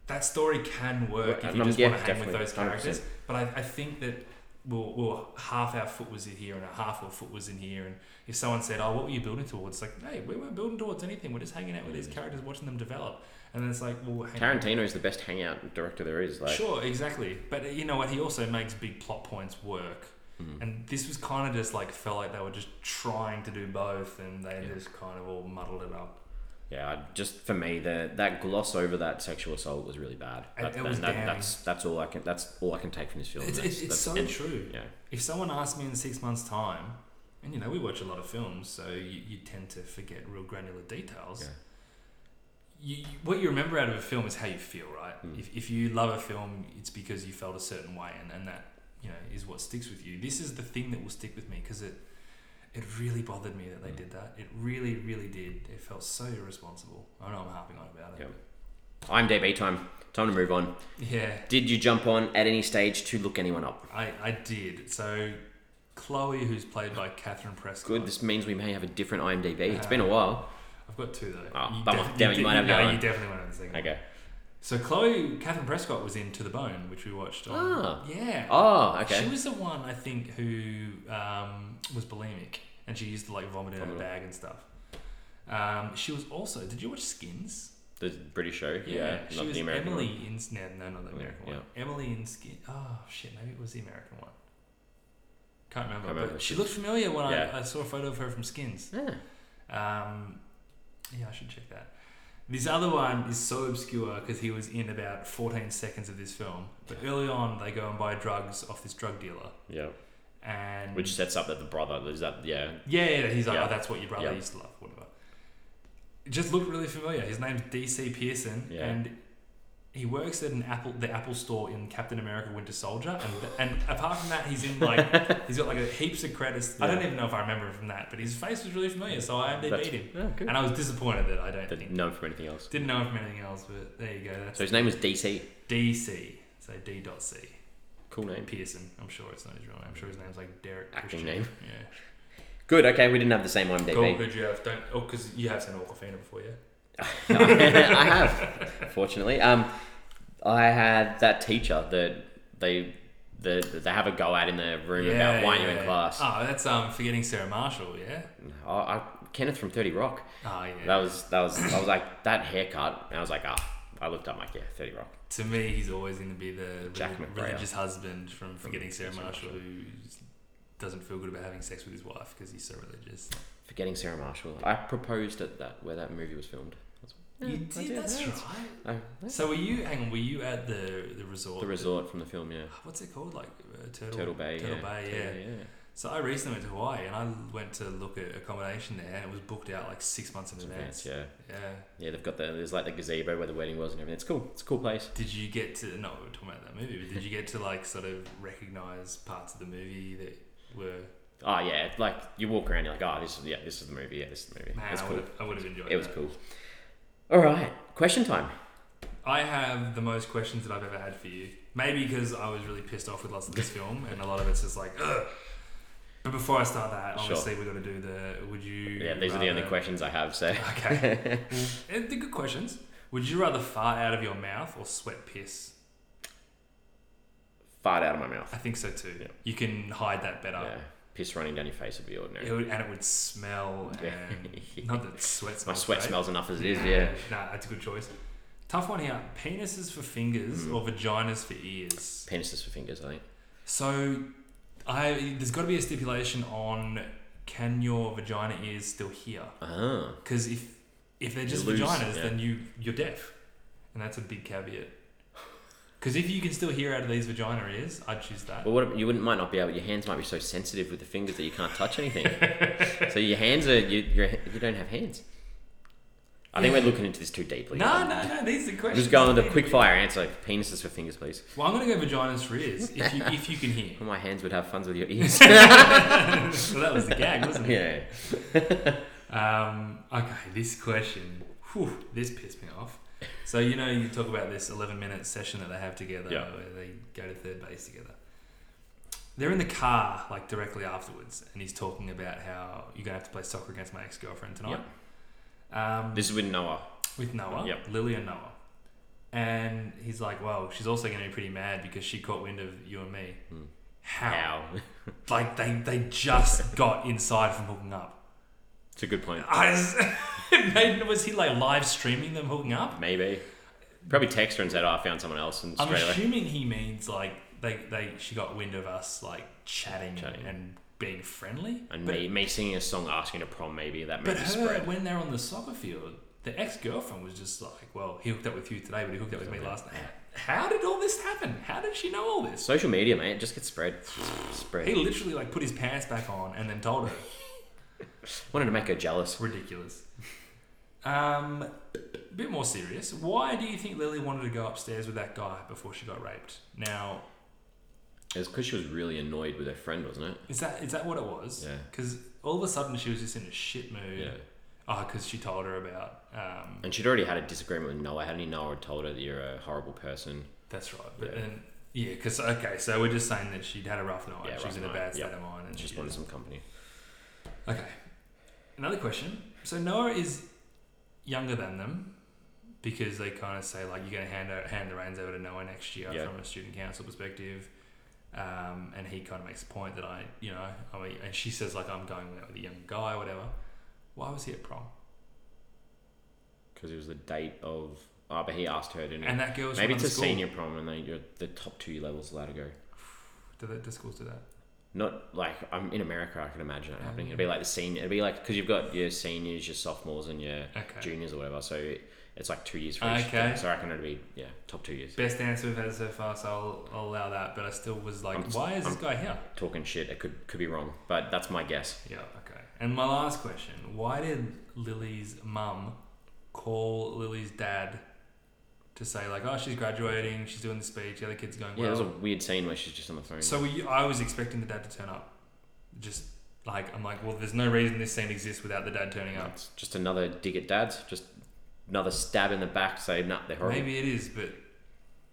S2: that story can work
S1: Well,
S2: if you
S1: um,
S2: just
S1: yeah,
S2: want to hang with
S1: definitely,
S2: those
S1: 100%.
S2: characters. But I, I think that well, well, half our foot was in here and a half our foot was in here. And if someone said, "Oh, what were you building towards?" It's like, hey, we weren't building towards anything. We're just hanging out with
S1: Hmm.
S2: these characters, watching them develop. And then it's like, well, hang on.
S1: Tarantino is the best hangout director there is. Like,
S2: Sure, exactly. But uh, you know what? He also makes big plot points work.
S1: Mhm.
S2: And this was kind of just like felt like they were just trying to do both, and they
S1: Yeah.
S2: just kind of all muddled it up.
S1: yeah, I- just for me, the that gloss over that sexual assault was really bad.
S2: It-
S1: That,
S2: it was
S1: that-
S2: damning.
S1: that's that's all I can that's all I can take from this film.
S2: It's,
S1: That's-
S2: it's,
S1: that's-
S2: it's so
S1: and-
S2: true.
S1: Yeah,
S2: If someone asked me in six months' time, and you know we watch a lot of films, so you, you tend to forget real granular details.
S1: yeah.
S2: you, you- what you remember out of a film is how you feel, right?
S1: Mm.
S2: If, if you love a film, it's because you felt a certain way, and, and that you know is what sticks with you. This is the thing that will stick with me because it it really bothered me that they
S1: Mm.
S2: did that. It really, really did. It felt so irresponsible. I know I'm harping on about it.
S1: IMDb time. Time to move on.
S2: Yeah,
S1: Did you jump on at any stage to look anyone up?
S2: I, I did. So Chloe, who's played by Catherine Prescott.
S1: Good. This means we may have a different IMDb. It's
S2: Uh,
S1: been a while.
S2: I've got two though.
S1: Oh,
S2: You
S1: bummer.
S2: defi-
S1: Damn it,
S2: you
S1: you might
S2: did-
S1: have that
S2: no,
S1: one.
S2: Uh, you definitely won't have the second. one.
S1: Okay.
S2: So Chloe, Catherine Prescott was in To the Bone, which we watched. On,
S1: Ah.
S2: Yeah.
S1: Oh, okay.
S2: She was the one I think who um, was bulimic, and she used to like vomit in her
S1: Vomit.
S2: bag and stuff. Um, she was also. Did you watch Skins?
S1: the British show. Yeah,
S2: she
S1: not
S2: was
S1: the American.
S2: Emily
S1: one.
S2: in no, no, not the
S1: Yeah,
S2: American one. Emily in Skin. Oh shit, maybe it was the American one. Can't remember.
S1: Can't remember.
S2: But she looked familiar when
S1: Yeah.
S2: I, I saw a photo of her from Skins.
S1: Yeah.
S2: Um, yeah, I should check that. This other one is so obscure because he was in about 14 seconds of this film. But early on, they go and buy drugs off this drug dealer,
S1: Yeah.
S2: and
S1: Which sets up that the brother is that yeah.
S2: yeah, yeah, he's like,
S1: Yeah.
S2: oh, that's what your brother
S1: Yeah.
S2: used to love, whatever. It just looked really familiar. His name's DC Pearson,
S1: Yeah.
S2: and he works at an Apple, the Apple store in Captain America: Winter Soldier. And and apart from that, he's in like he's got like a, heaps of credits. I
S1: Yeah.
S2: don't even know if I remember him from that, but his face was really familiar, so I IMDb
S1: That's-
S2: beat him.
S1: Yeah, good.
S2: And I was disappointed that I don't
S1: Didn't
S2: think
S1: know from anything else.
S2: didn't know him from anything else. But there you go. That's
S1: So his name was DC.
S2: DC. So D dot C.
S1: Cool name.
S2: Pearson. I'm sure it's not his real name. I'm sure his name's like Derek.
S1: Acting
S2: Christian.
S1: name.
S2: Yeah.
S1: Good. Okay, we didn't have the same IMDb.
S2: Gold who'd you have? Don't oh, because you have seen Awkwafina before, yeah.
S1: No, I have, fortunately. Um, I had that teacher that they the, that they have a go at in the room about why aren't you in class.
S2: Oh, that's um forgetting Sarah Marshall, yeah.
S1: I, I, Kenneth from Thirty Rock.
S2: Oh yeah.
S1: That was that was I was like that haircut, and I was like, ah. I looked up, I'm like, yeah, Thirty Rock.
S2: to me, he's always going to be the
S1: Jack
S2: relig-
S1: McBrayer.
S2: religious husband from forgetting Sarah
S1: Sarah
S2: Marshall, who doesn't feel good about having sex with his wife because he's so religious.
S1: Forgetting Sarah Marshall. I proposed at that where that movie was filmed. That's-
S2: you
S1: yeah, I
S2: did, that's
S1: yeah.
S2: right.
S1: I- that's
S2: So were you? Hang on, were you at the the resort?
S1: the resort from the film, yeah.
S2: What's it called? Like uh, Turtle.
S1: Turtle Bay.
S2: Turtle
S1: yeah.
S2: Bay, yeah.
S1: Turtle Bay,
S2: So I recently went to Hawaii, and I went to look at accommodation there, and it was booked out like six months in
S1: It's advanced,
S2: advance.
S1: yeah.
S2: yeah.
S1: Yeah, they've got the there's like the gazebo where the wedding was and everything. It's cool. It's a cool place.
S2: Did you get to no? We were talking about that movie, but did you get to like sort of recognize parts of the movie that were?
S1: Oh yeah, like you walk around, you're like, oh, this is yeah, this is the movie. Yeah, this is the movie.
S2: Man,
S1: it's
S2: I
S1: cool.
S2: would have, I would have enjoyed.
S1: It was
S2: that.
S1: cool. All right, question time.
S2: I have the most questions that I've ever had for you. Maybe because I was really pissed off with lots of this film, and a lot of it's just like. Ugh. But before I start that,
S1: Sure.
S2: obviously we're going to do the. Would you?
S1: Yeah, these are the only
S2: rather-
S1: questions I have. So
S2: Okay. And the good questions. Would you rather fart out of your mouth or sweat piss?
S1: fart out of my mouth.
S2: I think so too.
S1: Yeah.
S2: You can hide that better.
S1: Yeah, piss running down your face would be ordinary.
S2: It would, and it would smell,
S1: Yeah.
S2: and not that sweat
S1: my
S2: smells.
S1: sweat
S2: great.
S1: smells enough as it is. Yeah.
S2: Nah, that's a good choice. Tough one here. Penises for fingers
S1: Mm.
S2: or vaginas for ears.
S1: Penises for fingers, I think.
S2: So, I there's got to be a stipulation on can your vagina ears still hear?
S1: Ah,
S2: Because if if they're just
S1: lose,
S2: vaginas,
S1: yeah.
S2: then you you're deaf, and that's a big caveat. Because if you can still hear out of these vagina ears, I'd choose that.
S1: but what you wouldn't might not be able. Your hands might be so sensitive with the fingers that you can't touch anything. so your hands are you you're, you don't have hands. I think we're looking into this too deeply. Um,
S2: No, no, no. These are
S1: I'm
S2: questions.
S1: just going with a quick fire answer. Penises for fingers, please.
S2: Well, I'm gonna go vaginas for ears if you if you can hear.
S1: Well, my hands would have fun with your ears.
S2: So that was the gag, wasn't it?
S1: yeah.
S2: Um, okay, this question. Whew, this pissed me off. So, you know, you talk about this 11 minute session that they have together
S1: Yeah.
S2: where they go to third base together. They're in the car, like directly afterwards, and he's talking about how you're going to have to play soccer against my ex girlfriend tonight um,
S1: This is with Noah.
S2: with Noah,
S1: Yep.
S2: Lily and Noah. And he's like, well, she's also going to be pretty mad because she caught wind of you and me.
S1: Hmm.
S2: How?
S1: Ow.
S2: Like, they, they just got inside from hooking up.
S1: It's a good point.
S2: I was, Maybe- was he like live streaming them hooking up?
S1: Maybe. Probably text her and said, oh, I found someone else in
S2: I'm
S1: Australia.
S2: assuming he means like they, they she got wind of us like chatting,
S1: Chatting.
S2: and being friendly.
S1: and
S2: but
S1: me, me singing a song asking to prom, maybe. That
S2: but
S1: maybe
S2: her
S1: spread.
S2: when they're on the soccer field, the ex girlfriend was just like, well, he hooked up with you today, but he hooked up with me last night. How did all this happen? How did she know all this?
S1: Social media, mate. It just gets spread. spread.
S2: He literally like put his pants back on and then told her.
S1: Wanted to make her jealous.
S2: Ridiculous. Um, bit more serious. Why do you think Lily wanted to go upstairs with that guy before she got raped? Now,
S1: It was because she was really annoyed with her friend, wasn't it?
S2: Is that is that what it was?
S1: Yeah.
S2: Because all of a sudden she was just in a shit mood.
S1: Yeah.
S2: Oh, because she told her about. Um,
S1: And she'd already had a disagreement with Noah. Hadn't he? Noah had told her that you're a horrible person.
S2: that's right. But
S1: Yeah.
S2: then yeah, because okay, so we're just saying that she'd had a rough night.
S1: Yeah,
S2: she was
S1: rough
S2: in a
S1: night.
S2: bad state
S1: Yep.
S2: of mind, and
S1: And
S2: she
S1: just wanted some company.
S2: Okay. Another question. So Noah is younger than them. because they kind of say like you're going to hand o hand the reins over to Noah next year
S1: Yeah.
S2: from a student council perspective. Um, and he kind of makes a point that I, you know, I mean, and she says like I'm going out with a young guy, or whatever. Why was he at prom?
S1: because it was the date of. Oh, but he asked her, didn't he?
S2: And that girl's
S1: Maybe it's
S2: from
S1: a
S2: another school.
S1: senior prom, and they, you're the top two levels allowed to go.
S2: Do, they, do schools do that?
S1: Not like I'm in America. I can imagine it
S2: Oh,
S1: happening.
S2: yeah.
S1: It'd be like the senior. It'd be like because you've got your seniors, your sophomores, and your
S2: Okay.
S1: juniors or whatever. So it, it's like two years for each.
S2: Okay.
S1: thing. So I reckon it'd be yeah, top two years.
S2: Best answer we've had so far, so I'll, I'll allow that. But I still was like,
S1: I'm-
S2: why is this
S1: I'm-
S2: guy here?
S1: Talking shit. It could could be wrong, but that's my guess.
S2: Yeah, okay. And my last question why did Lily's mum call Lily's dad to say, like, oh, she's graduating, she's doing the speech, the other kid's are going,
S1: Yeah,
S2: well?
S1: there's a weird scene where she's just on the phone.
S2: so we, I was expecting the dad to turn up. Just like, I'm like, well, there's no reason this scene exists without the dad turning up.
S1: It's just another dig at dads. Just another stab in the back. Say nah, they're horrible.
S2: Maybe it is, but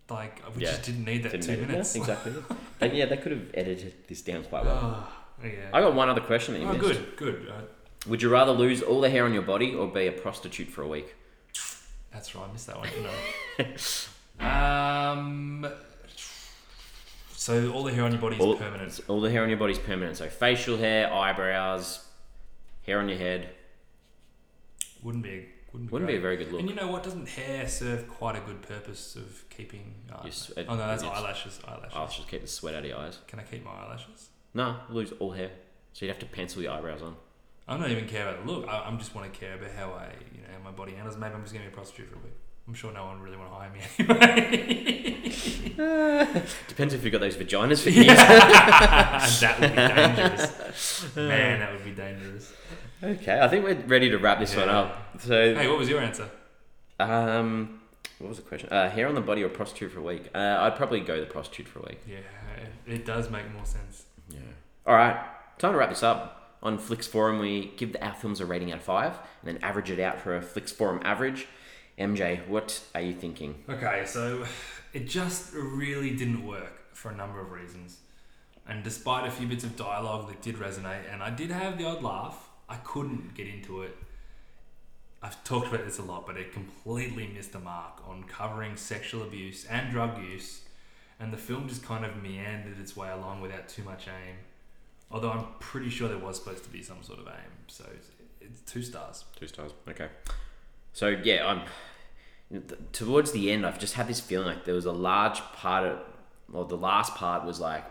S2: like, we
S1: Yeah.
S2: just didn't need that
S1: Didn't
S2: two
S1: edit that.
S2: minutes.
S1: exactly. and yeah, they could have edited this down quite well.
S2: Ah, yeah.
S1: I got one other question that you
S2: oh,
S1: missed.
S2: good, good. Uh,
S1: Would you rather lose all the hair on your body or be a prostitute for a week?
S2: That's right. I missed that one. No. um. So all the hair on your body is
S1: All-
S2: permanent.
S1: All the hair on your body is permanent. So facial hair, eyebrows, hair on your head.
S2: Wouldn't be. A, wouldn't be.
S1: Wouldn't be
S2: great.
S1: a very good
S2: And
S1: look.
S2: you know what? Doesn't hair serve quite a good purpose of keeping? Uh,
S1: Yes, it-
S2: oh no, that's
S1: it's-
S2: eyelashes. Eyelashes.
S1: I'll Oh, just keep the sweat out of your eyes.
S2: Can I keep my eyelashes?
S1: No, lose all hair. So you'd have to pencil your eyebrows on.
S2: I don't even care about the look. I, I'm just want to care about how I, you know, my body handles. Maybe I'm just gonna be a prostitute for a week. I'm sure no one really want to hire me anyway.
S1: Depends if you've got those vaginas for you.
S2: that would be dangerous. Man, that would be dangerous.
S1: Okay, I think we're ready to wrap this one
S2: Yeah.
S1: up. So,
S2: Hey, what was your answer?
S1: um, what was the question? Uh, hair on the body or prostitute for a week? Uh, I'd probably go the prostitute for a week.
S2: Yeah, it does make more sense.
S1: Yeah. All right. Time to wrap this up. On Flix Forum, we give our films a rating out of five, and then average it out for a Flix Forum average. MJ, what are you thinking?
S2: Okay, so it just really didn't work for a number of reasons. And despite a few bits of dialogue that did resonate, and I did have the odd laugh, I couldn't get into it. I've talked about this a lot, but it completely missed the mark on covering sexual abuse and drug use, and the film just kind of meandered its way along without too much aim. Although I'm pretty sure there was supposed to be some sort of aim, so it's, it's two stars.
S1: Two stars. Okay. So yeah, I'm towards the end. I've just had this feeling like there was a large part of, or the last part was like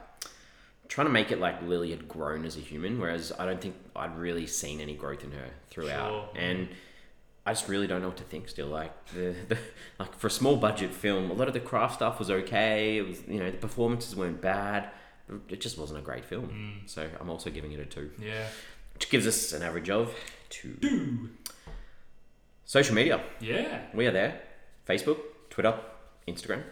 S1: trying to make it like Lily had grown as a human, whereas I don't think I'd really seen any growth in her
S2: Sure.
S1: throughout. And I just really don't know what to think still. Like the, the like for a small budget film, a lot of the craft stuff was okay. It was you know the performances weren't bad. It just wasn't a great film.
S2: Mm,
S1: So I'm also giving it a two,
S2: yeah.
S1: which gives us an average of two. Social media.
S2: Yeah.
S1: We are there. Facebook, Twitter, Instagram.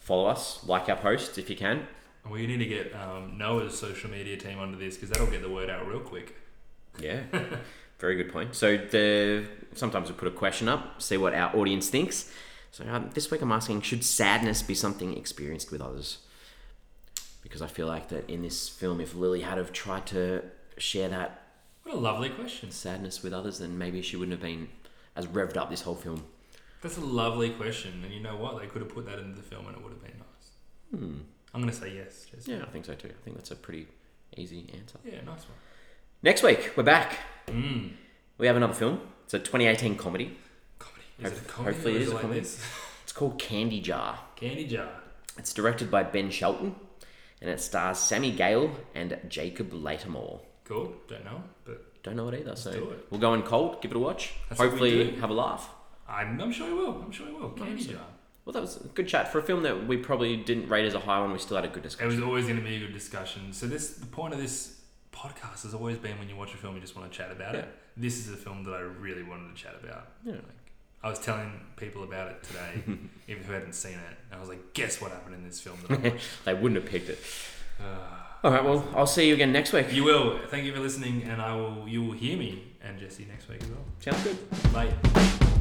S1: Follow us, like our posts if you can.
S2: We need to get um, Noah's social media team onto this because that'll get the word out real quick.
S1: Yeah. Very good point. So the sometimes we put a question up, see what our audience thinks. So um, this week I'm asking, should sadness be something experienced with others? Because I feel like that in this film, if Lily had have tried to share that
S2: What a lovely question.
S1: sadness with others, then maybe she wouldn't have been as revved up this whole film.
S2: That's a lovely question, and you know what? They could have put that into the film, and it would have been nice.
S1: Hmm.
S2: I'm gonna say yes. Jason.
S1: Yeah, I think so too. I think that's a pretty easy answer.
S2: Yeah, nice one.
S1: Next week, we're back.
S2: Mm.
S1: We have another film. It's a 2018 comedy.
S2: Comedy. Is it a
S1: Hope-
S2: comedy?
S1: hopefully
S2: or
S1: it is
S2: is it
S1: a
S2: like
S1: comedy.
S2: this?
S1: It's called Candy Jar.
S2: Candy jar.
S1: It's directed by Ben Shelton and it stars Sammy Gale and Jacob Latimore.
S2: Cool. Don't know, but
S1: Don't know it either, so
S2: do it.
S1: we'll go in cold, give it a watch.
S2: That's what we
S1: Hopefully,
S2: do.
S1: have a laugh.
S2: I'm, I'm sure it will. I'm sure it will. Candy jar.
S1: Well, that was a good chat for a film that we probably didn't rate as a high one. We still had a good
S2: It
S1: discussion.
S2: was always going to be a good discussion. So this, the point of this podcast has always been when you watch a film, you just want to chat about it. This is a film that I really wanted to chat about.
S1: Yeah.
S2: Like, I was telling people about it today, even who hadn't seen it. And I was like, guess what happened in this film that I watched?
S1: They wouldn't have picked it.
S2: uh,
S1: All right, well, I'll see you again next week.
S2: you will. Thank you for listening, and I will. You will hear me and Jesse next week as well.
S1: Sounds good.
S2: Bye.